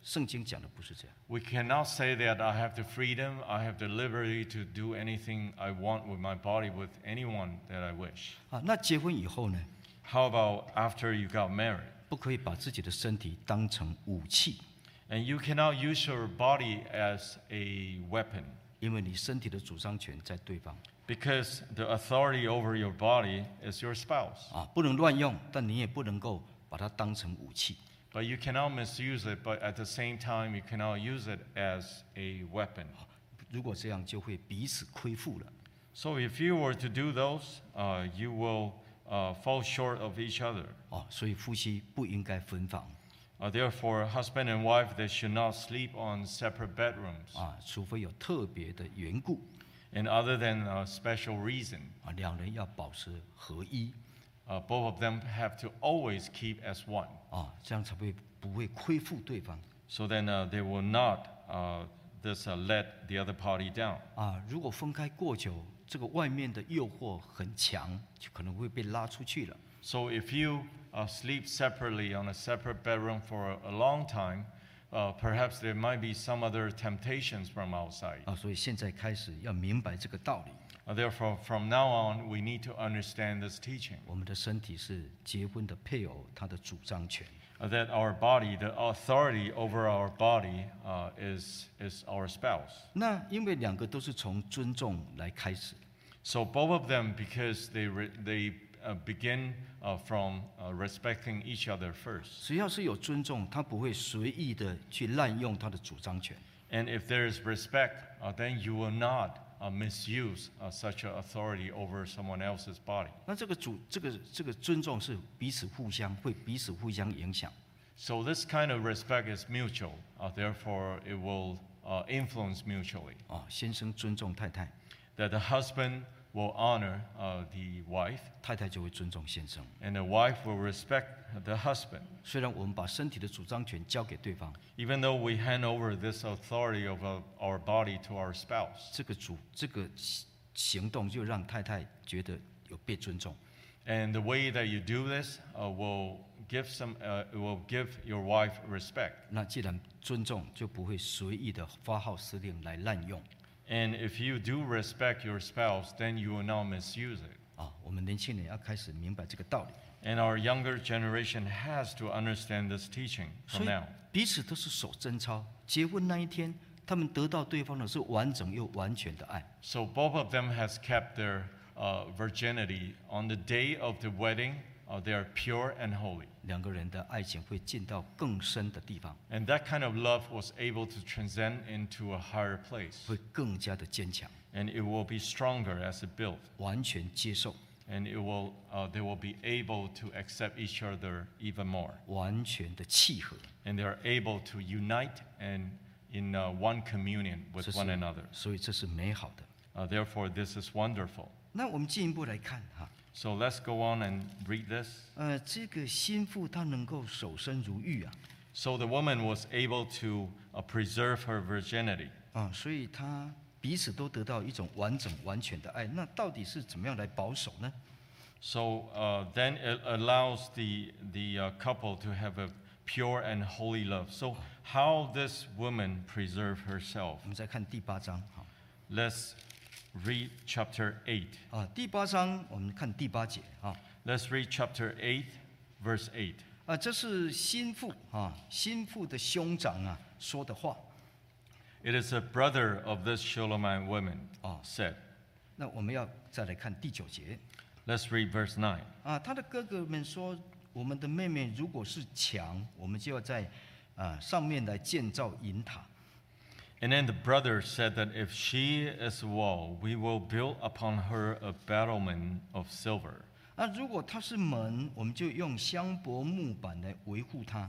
Speaker 1: 圣经讲的不是这样。
Speaker 2: We cannot say that I have the freedom, I have the liberty to do anything I want with my body with anyone that I wish.
Speaker 1: 啊，那结婚以后呢，
Speaker 2: How about after you got married?
Speaker 1: 不可以把自己的身体当成武器，
Speaker 2: And you cannot use your body as a weapon
Speaker 1: 因为你身体的主张权在对方
Speaker 2: because the authority over your body is your spouse.
Speaker 1: 啊，不能乱用，但你也不能够把它当成武器。
Speaker 2: But you cannot misuse it, but at the same time, you cannot use it as a weapon.
Speaker 1: 啊如果这样，就会彼此亏负了。
Speaker 2: So if you were to do those, uh, you will uh, fall short of each other.
Speaker 1: 哦，所以夫妻不应该分房
Speaker 2: Uh, therefore, husband and wife, they should not sleep on separate bedrooms.
Speaker 1: 啊，除非有特别的缘故
Speaker 2: And other than a special reason,
Speaker 1: 啊，两人要保持合一
Speaker 2: uh, both of them have to always keep as one.
Speaker 1: 啊，这样才会不会亏负对方
Speaker 2: So then uh, they will not uh, this, uh, let the other party down.
Speaker 1: 啊。如果分开过久，这个外面的诱惑很强，就可能会被拉出去了
Speaker 2: So if you uh, sleep separately on a separate bedroom for a, a long time, uh, perhaps there might be some other temptations from outside.
Speaker 1: 啊。所以现在开始要明白这个道理，
Speaker 2: Uh, therefore, from now on, we need to understand this teaching
Speaker 1: 我们的身体是结婚的配偶他的主张权
Speaker 2: uh, that our body, the authority over our body, uh, is is our spouse.
Speaker 1: 那因为两个都是从尊重来开始，
Speaker 2: So both of them, because they re- they uh, begin uh, from uh, respecting each other first.
Speaker 1: 只要是有尊重，他不会随意的去滥用他的主张权。
Speaker 2: And if there is respect, uh, then you will not uh, misuse uh, such an authority over someone else's body.
Speaker 1: 那这个主这个这个尊重是彼此互相会彼此互相影响
Speaker 2: So this kind of respect is mutual. Uh, therefore, it will uh, influence mutually.
Speaker 1: 啊，先生尊重太太，
Speaker 2: That the husband will honor uh, the wife,
Speaker 1: 太太就会尊重先生。
Speaker 2: and the wife will respect the husband.
Speaker 1: 虽然我们把身体的主张权交给对方，
Speaker 2: Even though we hand over this authority of uh, our body to our spouse,
Speaker 1: 这个主这个行行动就让太太觉得有被尊重
Speaker 2: and the way that you do this uh, will give some, uh, will give your wife respect.
Speaker 1: 那既然尊重，就不会随意的发号施令来滥用
Speaker 2: And if you do respect your spouse, then you will not misuse it.
Speaker 1: 啊。我们年轻人要开始明白这个道理，
Speaker 2: And our younger generation has to understand this teaching
Speaker 1: 所
Speaker 2: from
Speaker 1: 以
Speaker 2: now.
Speaker 1: 彼此都是手贞操。结婚那一天，他们得到对方的是完整又完全的爱。
Speaker 2: So both of them has kept their uh, virginity. On the day of the wedding, uh, they are pure and holy.
Speaker 1: 两个人的爱情会进到更深的地方，
Speaker 2: And that kind of love was able to transcend into a higher place.
Speaker 1: 会更加的坚强，
Speaker 2: And it will be stronger as it builds.
Speaker 1: 完全接受，
Speaker 2: And it will, uh, they will be able to accept each other even more.
Speaker 1: 完全的契合，
Speaker 2: and they are able to unite and in uh, one communion with
Speaker 1: 这是
Speaker 2: one another.
Speaker 1: 所以这是美好的。
Speaker 2: Uh, therefore, this is wonderful.
Speaker 1: 那我们进一步来看哈，
Speaker 2: So let's go on and read this.
Speaker 1: 呃，这个心腹他能够守身如玉啊，
Speaker 2: So the woman was able to uh, preserve her virginity.
Speaker 1: 啊，所以他彼此都得到一种完整完全的爱。那到底是怎么样来保守呢？
Speaker 2: So uh, then it allows the, the uh, couple to have a pure and holy love. So how this woman preserve herself?
Speaker 1: 我们再看第八章哈，
Speaker 2: Let's read chapter 8.
Speaker 1: 啊，第八章我们看第八节啊，
Speaker 2: Let's read chapter 8, verse 8.
Speaker 1: 啊，这是心腹啊，心腹的兄长啊说的话。
Speaker 2: It is a brother of this Shulamite woman
Speaker 1: Ah.
Speaker 2: said.
Speaker 1: 那我们要再来看第九节
Speaker 2: Let's read verse 9.
Speaker 1: 啊，他的哥哥们说：“我们的妹妹如果是墙，我们就要在啊、呃上面来建造银塔。
Speaker 2: And then the brother said that if she is a wall, we will build upon her a battlement of silver.
Speaker 1: 那如果它是门，我们就用香柏木板来维护它；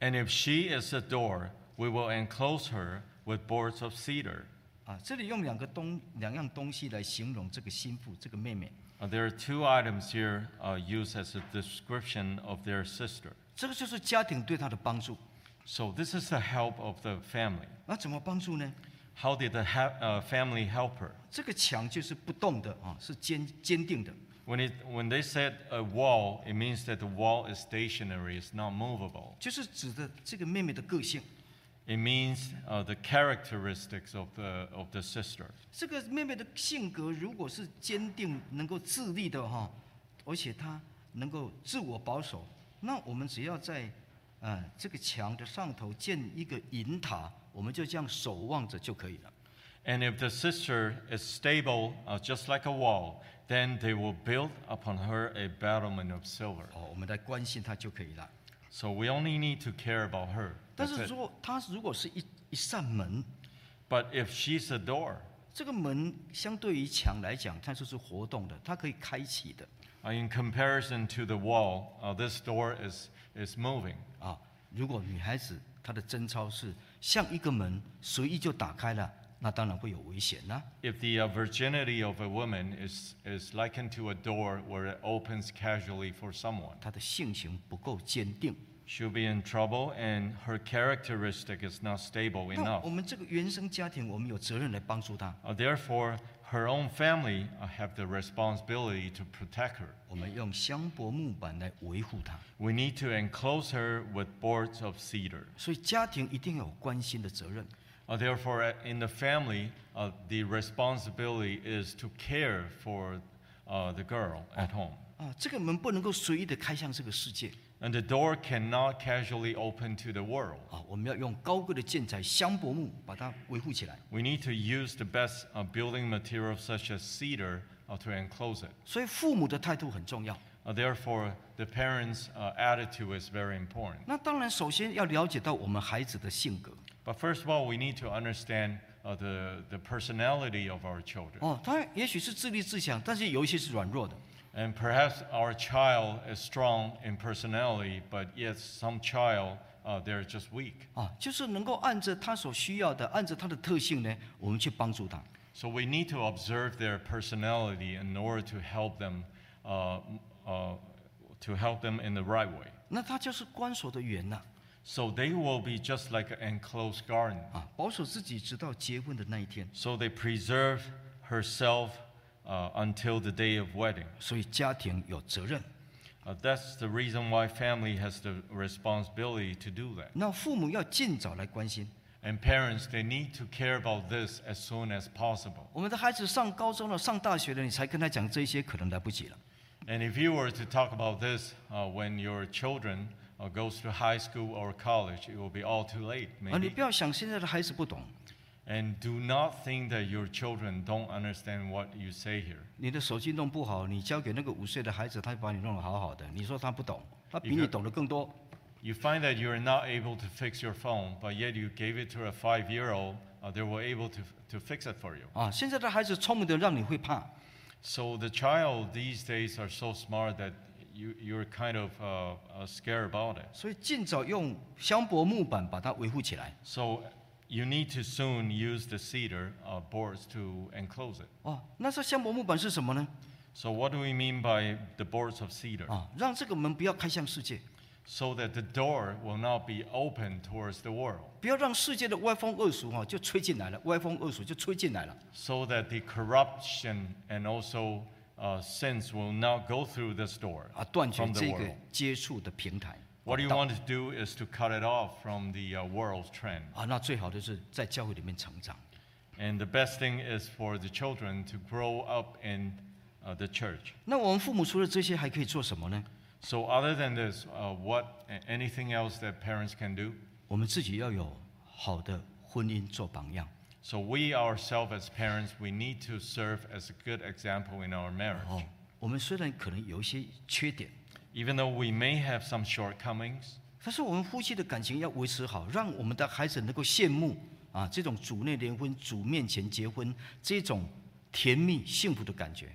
Speaker 2: And if she is a door, we will enclose her with boards of cedar.
Speaker 1: 啊，这里用两个东两样东西来形容这个心腹，这个妹妹。
Speaker 2: Uh, there are two items here uh, used as a description of their sister.
Speaker 1: 这个就是家庭对她的帮助。
Speaker 2: So this is the help of the family.
Speaker 1: 那怎么帮助呢？
Speaker 2: How did the ha- uh, family help her?
Speaker 1: 这个墙就是不动的啊，是坚坚定的。
Speaker 2: When, it, when they said a wall, it means that the wall is stationary, it's not movable.
Speaker 1: 就是指的这个妹妹的个性。
Speaker 2: It means uh, the characteristics of the, of the sister.
Speaker 1: 这个妹妹的性格如果是坚定、能够自立的哈，而且她能够自我保守，那我们只要在呃这个墙的上头建一个银塔，我们就这样守望着就可以了。
Speaker 2: And if the sister is stable, uh, just like a wall, then they will build upon her a battlement of silver.
Speaker 1: 哦，我们来关心她就可以了。
Speaker 2: So we only need to care about her.
Speaker 1: 但
Speaker 2: That's
Speaker 1: 是
Speaker 2: it.
Speaker 1: 如果她如果是一一扇门，
Speaker 2: But if she's a door,
Speaker 1: 这个门相对于墙来讲，它就是活动的，它可以开启的
Speaker 2: uh, in comparison to the wall, uh, this door is, is moving.
Speaker 1: 啊。如果女孩子她的贞操是像一个门，随意就打开了，那当然会有危险啦、
Speaker 2: If the uh, virginity of a woman is, is likened to a door where it opens casually for someone,
Speaker 1: 他的性情不够坚定。
Speaker 2: she'll be in trouble and her characteristic is not stable
Speaker 1: 那
Speaker 2: enough.
Speaker 1: 我们这个原生家庭，我们有责任来帮助他，
Speaker 2: Uh, Therefore, her own family uh, have the responsibility to protect her.
Speaker 1: 我们用香柏木板来维护他。
Speaker 2: We need to enclose her with boards of cedar.
Speaker 1: 所以家庭一定要有关心的责任。
Speaker 2: Uh, Therefore, uh, in the family, uh, the responsibility is to care for uh, the girl at home.
Speaker 1: 啊，这个门不能够随意的开向这个世界
Speaker 2: And the door cannot casually open to the world.
Speaker 1: 啊！我们要用高贵的建材香柏木把它维护起来。
Speaker 2: We need to use the best uh, building materials such as cedar uh, to enclose it.
Speaker 1: 所以父母的态度很重要。
Speaker 2: Uh, therefore, the parents' uh, attitude is very important.
Speaker 1: 那当然，首先要了解到我们孩子的性格
Speaker 2: But first of all, we need to understand uh, the, the personality of our children.
Speaker 1: 哦。他也许是自立自强，但是有一些是软弱的。
Speaker 2: And perhaps our child is strong in personality, but yet some child, uh, they're just weak.
Speaker 1: 啊，就是能够按着他所需要的，按着他的特性呢，我们去帮助他。
Speaker 2: So we need to observe their personality in order to help them, uh, m- uh, to help them in the right way.
Speaker 1: 那他就是关锁的园呐、
Speaker 2: So they will be just like an enclosed garden.
Speaker 1: 啊，保守自己直到结婚的那一天。
Speaker 2: So they preserve herself uh, until the day of wedding.
Speaker 1: 所以家庭有责任。
Speaker 2: Uh, that's the reason why family has the responsibility to do that.
Speaker 1: 那父母要尽早来关心。
Speaker 2: And parents, they need to care about this as soon as possible.
Speaker 1: 我们的孩子上高中了，上大学了，你才跟他讲这些，可能来不及了。
Speaker 2: And if you were to talk about this uh, when your children uh, goes to high school or college, it will be all too late,
Speaker 1: 啊，你
Speaker 2: maybe.
Speaker 1: 不要想现在的孩子不懂，
Speaker 2: And do not think that your children don't understand what you say here.
Speaker 1: 你的手机弄不好，你交给那个五岁的孩子，他把你弄得好好的，你说他不懂，他比
Speaker 2: 一
Speaker 1: 你
Speaker 2: 个
Speaker 1: 懂得更多。
Speaker 2: You find that you are not able to fix your phone, but yet you gave it to a five-year-old. Uh, they were able to, to fix it for you.
Speaker 1: 啊，现在的孩子聪明的让你会怕，
Speaker 2: So the child these days are so smart that you, you're kind of uh, uh, scared about it.
Speaker 1: 所以尽早用香柏木板把它维护起来。
Speaker 2: So you need to soon use the cedar uh, boards to enclose it.
Speaker 1: 哦，那这香柏木板是什么呢？
Speaker 2: So what do we mean by the boards of cedar?
Speaker 1: 啊，让这个门不要开向世界，
Speaker 2: So that the door will not be open towards the world,
Speaker 1: 不要让世界的歪风恶俗哈、就吹进来了，歪风恶俗就吹进来了。
Speaker 2: so that the corruption and also uh, sins will not go through this door
Speaker 1: 啊，断绝
Speaker 2: from the
Speaker 1: 这个
Speaker 2: world.
Speaker 1: 接触的平台。啊
Speaker 2: What you
Speaker 1: 管道
Speaker 2: want to do is to cut it off from the uh, world's trend.
Speaker 1: 啊，那最好的是在教会里面成长。
Speaker 2: And the best thing is for the children to grow up in uh, the church.
Speaker 1: 那我们父母除了这些还可以做什么呢？
Speaker 2: So other than this, uh, what anything else that parents can do?
Speaker 1: 我们自己要有好的婚姻做榜样。
Speaker 2: So we ourselves as parents, we need to serve as a good example in our marriage.
Speaker 1: 哦，我们虽然可能有一些缺点，
Speaker 2: Even though we may have some shortcomings,
Speaker 1: 但是我们夫妻的感情要维持好，让我们的孩子能够羡慕啊这种主内联婚、主面前结婚这种甜蜜幸福的感觉。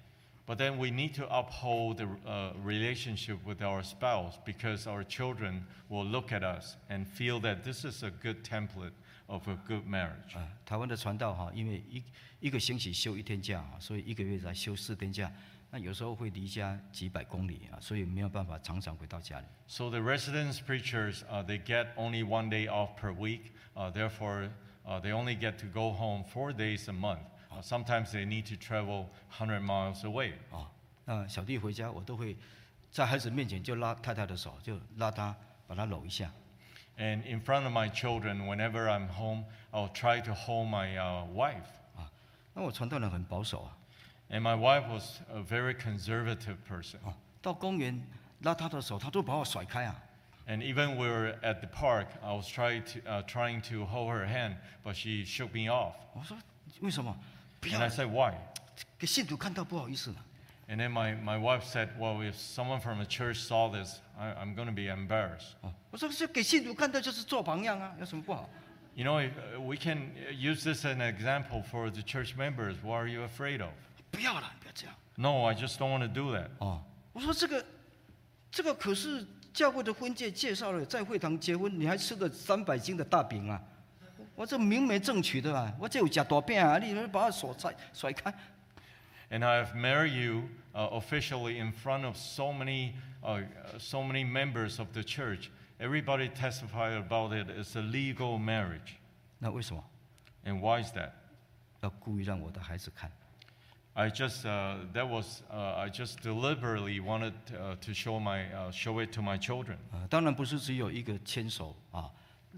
Speaker 2: but then we need to uphold the uh, relationship with our spouse because our children will look at us and feel that this is a good template of a good marriage.
Speaker 1: 啊，台湾的传道哈，因为一一个星期休一天假哈，所以一个月才休四天假。那有时候会离家几百公里啊，所以没有办法常常回到家里。
Speaker 2: So the residence preachers, uh, they get only one day off per week. Uh, therefore, uh, they only get to go home four days a month. Uh, sometimes they need to travel 100 miles away.
Speaker 1: 啊，那小弟回家，我都会在孩子面前就拉太太的手，就拉她，把她搂一下。
Speaker 2: And in front of my children, whenever I'm home, I'll try to hold my uh, wife.
Speaker 1: 啊，那我传道人很保守啊，
Speaker 2: And my wife was a very conservative person.
Speaker 1: 啊，到公园拉她的手，她都把我甩开啊。
Speaker 2: And even we were at the park, I was try to, uh, trying to hold her hand, but she shook me off.
Speaker 1: 我说为什么？不
Speaker 2: And I
Speaker 1: 要
Speaker 2: said, Why?
Speaker 1: 给信徒看到不好意思呢。
Speaker 2: And then my, my wife said, Well, if someone from the church saw this, I, I'm going to be embarrassed.
Speaker 1: 啊，我说是给信徒看到就是做榜样啊，有什么不好？
Speaker 2: You know, if, uh, we can uh, use this as an example for the church members. What are you afraid of?
Speaker 1: 不要了，不要这样。
Speaker 2: No, I just don't want to do that.
Speaker 1: 哦，我说这个，这个可是教会的婚介介绍了，在会堂结婚，你还吃个三百斤的大饼啊！我这明媒正娶的啊，我这有假大饼啊！你们把我手甩甩开，
Speaker 2: And I have married you uh, officially in front of so many, uh, uh, so many members of the church. Everybody testified about it. It's a legal marriage.
Speaker 1: 那为什么
Speaker 2: And why is that?
Speaker 1: 要故意让我的孩子看？
Speaker 2: I just uh, that was uh, I just deliberately wanted uh, to show my uh, show it to my children.
Speaker 1: 啊，当然不是只有一个牵手啊，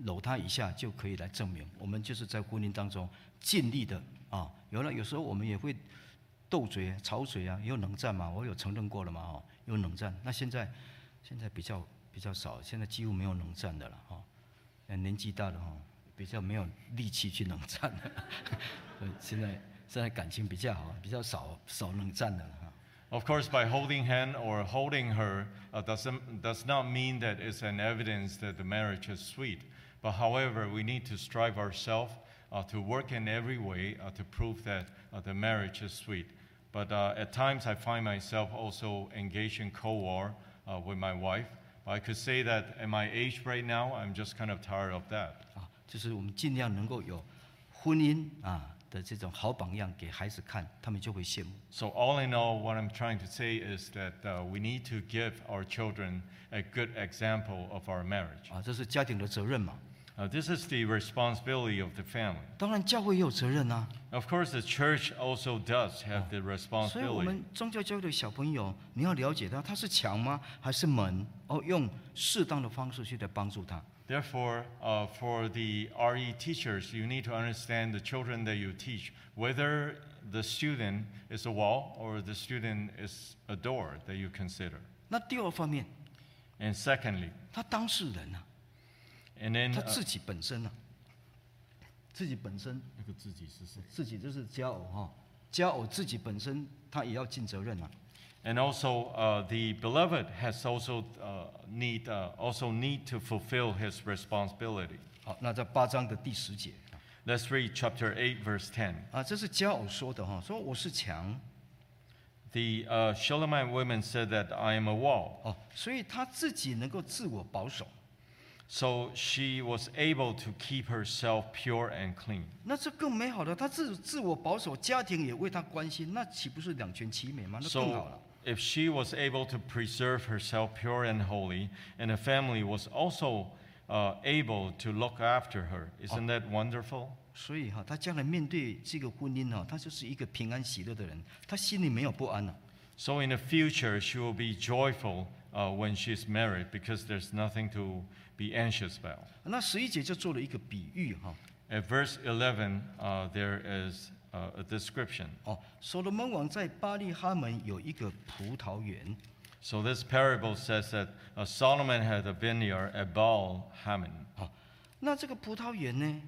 Speaker 1: 搂他一下就可以来证明。我们就是在婚姻当中尽力的啊。有了，有时候我们也会斗嘴、吵嘴啊，也有冷战嘛。我有承认过了嘛，哦，有冷战。那现在现在比较比较少，现在几乎没有冷战的了哈。呃、年纪大了哈，比较没有力气去冷战了。 *laughs* 所以现在现在感情比较好，比较少少冷战的了啊哈。
Speaker 2: Of course, by holding hand or holding her uh, doesn't does not mean that it's an evidence that the marriage is sweet. But however, we need to strive ourselves uh, to work in every way uh, to prove that uh, the marriage is sweet. But uh, at times, I find myself also engaged in co-war uh, with my wife. I could say that at my age right now, I'm just kind of tired of that.
Speaker 1: 啊，就是我们尽量能够有婚姻啊的这种好榜样给孩子看，他们就会羡慕。
Speaker 2: So, all in all, what I'm trying to say is that uh, we need to give our children a good example of our marriage.
Speaker 1: 啊，这是家庭的责任嘛。
Speaker 2: Uh, this is the responsibility of the family.
Speaker 1: 当然，教会也有责任啊。
Speaker 2: Of course, the church also does have the
Speaker 1: 所以，我
Speaker 2: responsibility.
Speaker 1: 们宗教教会的小朋友，哦你要了解他，他是墙吗，还是门？哦，用适当的方式去来帮助他。
Speaker 2: Therefore, uh, for the RE teachers, you need to understand the children that you teach, whether the student is a wall or the student is a door that you consider.
Speaker 1: 那第二方面，
Speaker 2: And secondly,
Speaker 1: 他当事人啊，
Speaker 2: and then.
Speaker 1: 他
Speaker 2: uh,
Speaker 1: 自己本身啊，自己本身，自己就是家偶哈、家偶自己本身他也要尽责任啊。
Speaker 2: And also, uh, the beloved has also uh, need uh, also need to fulfill his responsibility.
Speaker 1: 好，那在八章的第十节。
Speaker 2: Let's read chapter eight, verse ten.
Speaker 1: 啊，这是加偶说的哈，说我是墙
Speaker 2: The uh, Shulamite women said that I am a wall,
Speaker 1: 哦，所以他自己能够自我保守。
Speaker 2: so she was able to keep herself pure and clean.
Speaker 1: 那这更美好的，他自自我保守，家庭也为他关心，那岂不是两全其美吗？那更好
Speaker 2: So,
Speaker 1: 了。
Speaker 2: if she was able to preserve herself pure and holy, and the family was also uh, able to look after her, isn't that wonderful?
Speaker 1: 所以哈、他将来面对这个婚姻哈、他就是一个平安喜乐的人，他心里没有不安了、
Speaker 2: So in the future, she will be joyful uh, when she's married because there's nothing to be anxious about.
Speaker 1: 那十一节就做了一个比喻哈、
Speaker 2: At verse 11, uh, there is uh, a description.
Speaker 1: 哦，所罗门王在巴利哈门有一个葡萄园，
Speaker 2: So this parable says that uh, Solomon had a vineyard at Baal Hamon.
Speaker 1: 好、哦那这个葡萄园呢，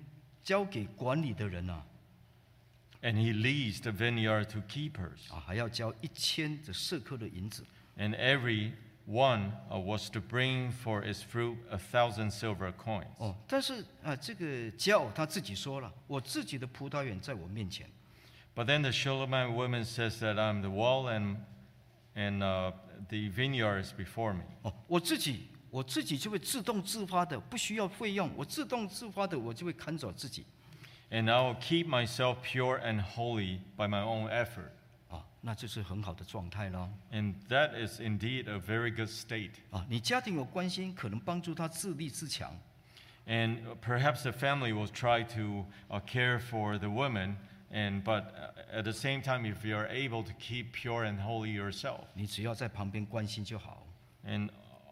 Speaker 1: 交给管理的人啊，
Speaker 2: And he leased
Speaker 1: 啊
Speaker 2: the vineyard to keepers,
Speaker 1: 啊还要交一千的色克的银子。
Speaker 2: and every One uh, was to bring for its fruit a thousand silver coins.
Speaker 1: 哦，但是啊、这个佳偶他自己说了，我自己的葡萄园在我面前，
Speaker 2: But then the Shulamite woman says that I'm the wall and, and uh, the vineyard is before me.
Speaker 1: 哦，我自己我自己就会自动自发的，不需要费用，我自动自发的，我就会看着自己
Speaker 2: And I will keep myself pure and holy by my own effort.
Speaker 1: 啊、那这是很好的状态了。
Speaker 2: And that is indeed a very good state.
Speaker 1: 啊，你家庭有关心，可能帮助他自立自强。
Speaker 2: And perhaps the family will try to uh, care for the woman, and but uh, at the same time, if you are able to keep pure and holy yourself,
Speaker 1: 你只要在旁边关心就好。
Speaker 2: and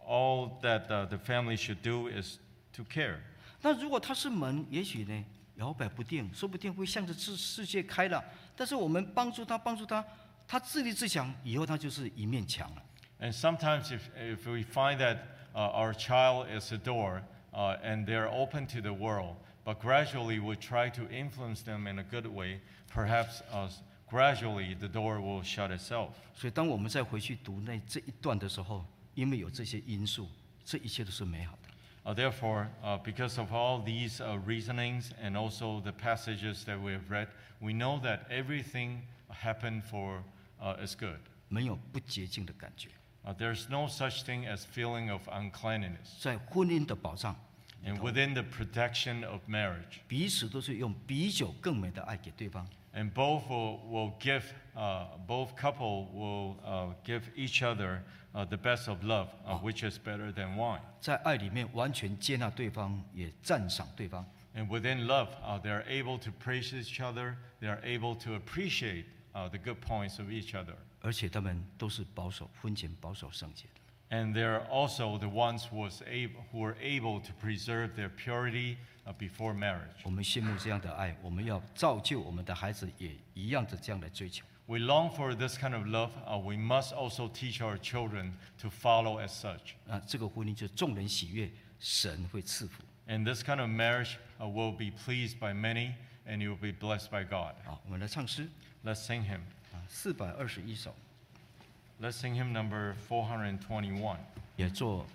Speaker 2: all that uh, the family should do is to care.
Speaker 1: 那如果他是门，也许呢摇摆不定，说不定会向着世世界开了。但是我们帮助他，帮助他，他自立自强，以后他就是一面墙了。
Speaker 2: And sometimes, if, if we find that uh, our child is a door uh, and they're open to the world, but gradually we try to influence them in a good way, perhaps uh, gradually the door will shut itself.
Speaker 1: 所以当我们再回去读那这一段的时候，因为有这些因素，这一切都是美好的。
Speaker 2: Uh, therefore, uh, because of all these uh, reasonings and also the passages that we have read, we know that everything happened for uh, is good.
Speaker 1: 没有不洁净的感觉，
Speaker 2: Uh, there's no such thing as feeling of uncleanliness.
Speaker 1: 在婚姻的保障，
Speaker 2: And within the protection of marriage,
Speaker 1: 彼此都是用比酒更美的爱给对方。
Speaker 2: and both will, will give, uh, both couple will uh, give each other uh, the best of love, uh, which is better than wine.
Speaker 1: 在爱里面完全接纳对方，也赞赏对方。
Speaker 2: And within love, uh, they are able to praise each other. They are able to appreciate uh, the good points of each other.
Speaker 1: 而且他们都是保守婚前保守圣洁的。
Speaker 2: And they are also the ones who, was able, who were able to preserve their purity uh, before marriage.
Speaker 1: 我们羡慕这样的爱，我们要造就我们的孩子也一样的这样来追求。
Speaker 2: We long for this kind of love. Uh, we must also teach our children to follow as such.
Speaker 1: 啊，这个婚姻就众人喜悦，神会赐福。
Speaker 2: And this kind of marriage uh, will be pleased by many, and you will be blessed by God.
Speaker 1: 好，我们来唱诗
Speaker 2: Let's sing him.
Speaker 1: 啊，四百二十一首，
Speaker 2: Let's sing him number 421.
Speaker 1: 也做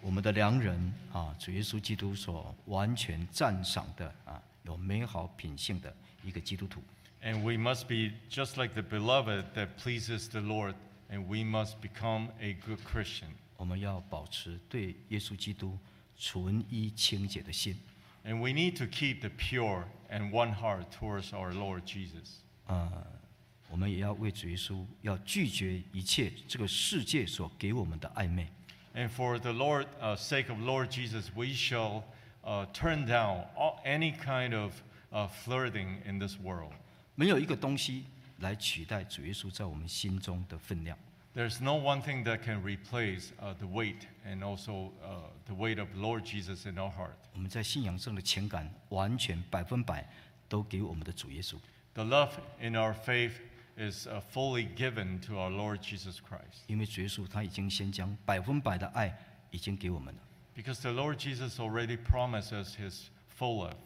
Speaker 1: 我们的良人啊，主耶稣基督所完全赞赏的啊，有美好品性的一个基督徒。
Speaker 2: And we must be just like the beloved that pleases the Lord, and we must become a good Christian.
Speaker 1: 我们要保持对耶稣基督纯一清洁的心。
Speaker 2: And we need to keep the pure and one heart towards our Lord Jesus.
Speaker 1: 呃，我们也要为主耶稣，要拒绝一切这个世界所给我们的暧昧。
Speaker 2: And for the Lord, uh, sake of Lord Jesus, we shall uh, turn down all, any kind of uh, flirting in this world.
Speaker 1: 没有一个东西来取代主耶稣在我们心中的分量。
Speaker 2: There's no one thing that can replace uh, the weight and also uh, the weight of Lord Jesus in our heart.
Speaker 1: 我们在信仰上的情感完全百分百都给我们的主耶稣，
Speaker 2: The love in our faith is uh, fully given to our Lord Jesus Christ
Speaker 1: 因为主耶稣他已经先将百分百的爱已经给我们了，
Speaker 2: because the Lord Jesus already promised us his full love.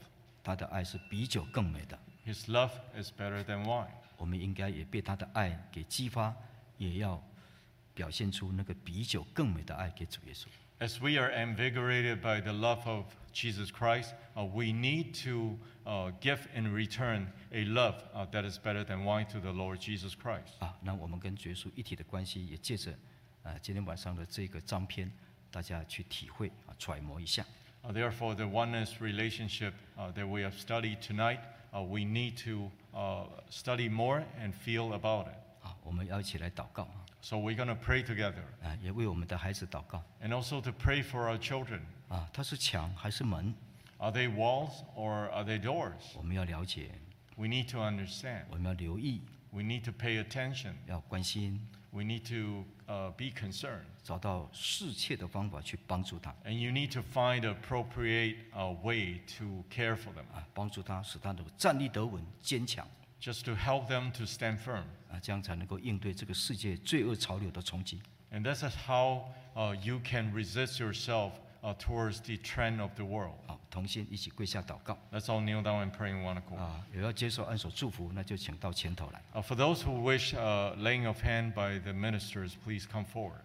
Speaker 1: 他的爱是比酒更美的。
Speaker 2: His love is better than wine.
Speaker 1: 我们应该也被他的爱给激发，也要表现出那个比酒更美的爱给主耶稣。
Speaker 2: As we are invigorated by the love of Jesus Christ, uh, we need to uh, give in return a love uh, that is better than wine to the Lord Jesus Christ.
Speaker 1: 啊，那我们跟主耶稣一体的关系，也借着呃今天晚上的这个章篇，大家去体会啊揣摩一下。
Speaker 2: Uh, Therefore, the oneness relationship uh, that we have studied tonight, uh, we need to uh, study more and feel about it.
Speaker 1: 啊，我们要一起来祷告啊，
Speaker 2: So we're going to pray together
Speaker 1: 啊也为我们的孩子祷告
Speaker 2: and also to pray for our children.
Speaker 1: 啊。他是墙还是门？
Speaker 2: Are they walls or are they doors?
Speaker 1: 我们要了解，
Speaker 2: We need to understand.
Speaker 1: 我们要留意，
Speaker 2: We need to pay attention.
Speaker 1: 要关心，
Speaker 2: We need to uh, be concerned.
Speaker 1: 找到适切的方法去帮助他
Speaker 2: And you need to find appropriate uh, way to care for them,
Speaker 1: 啊，帮助他使他能够站立得稳、坚强
Speaker 2: just to help them to stand firm.
Speaker 1: 啊，这样才能够应对这个世界罪恶潮流的冲击。
Speaker 2: And this is how uh, you can resist yourself uh, towards the trend of the world.
Speaker 1: 好，同心一起跪下祷告
Speaker 2: Let's all kneel down and pray in one accord.
Speaker 1: 啊，有要接受按手祝福，那就请到前头来。
Speaker 2: Uh, for those who wish uh, laying of hand by the ministers, please come forward.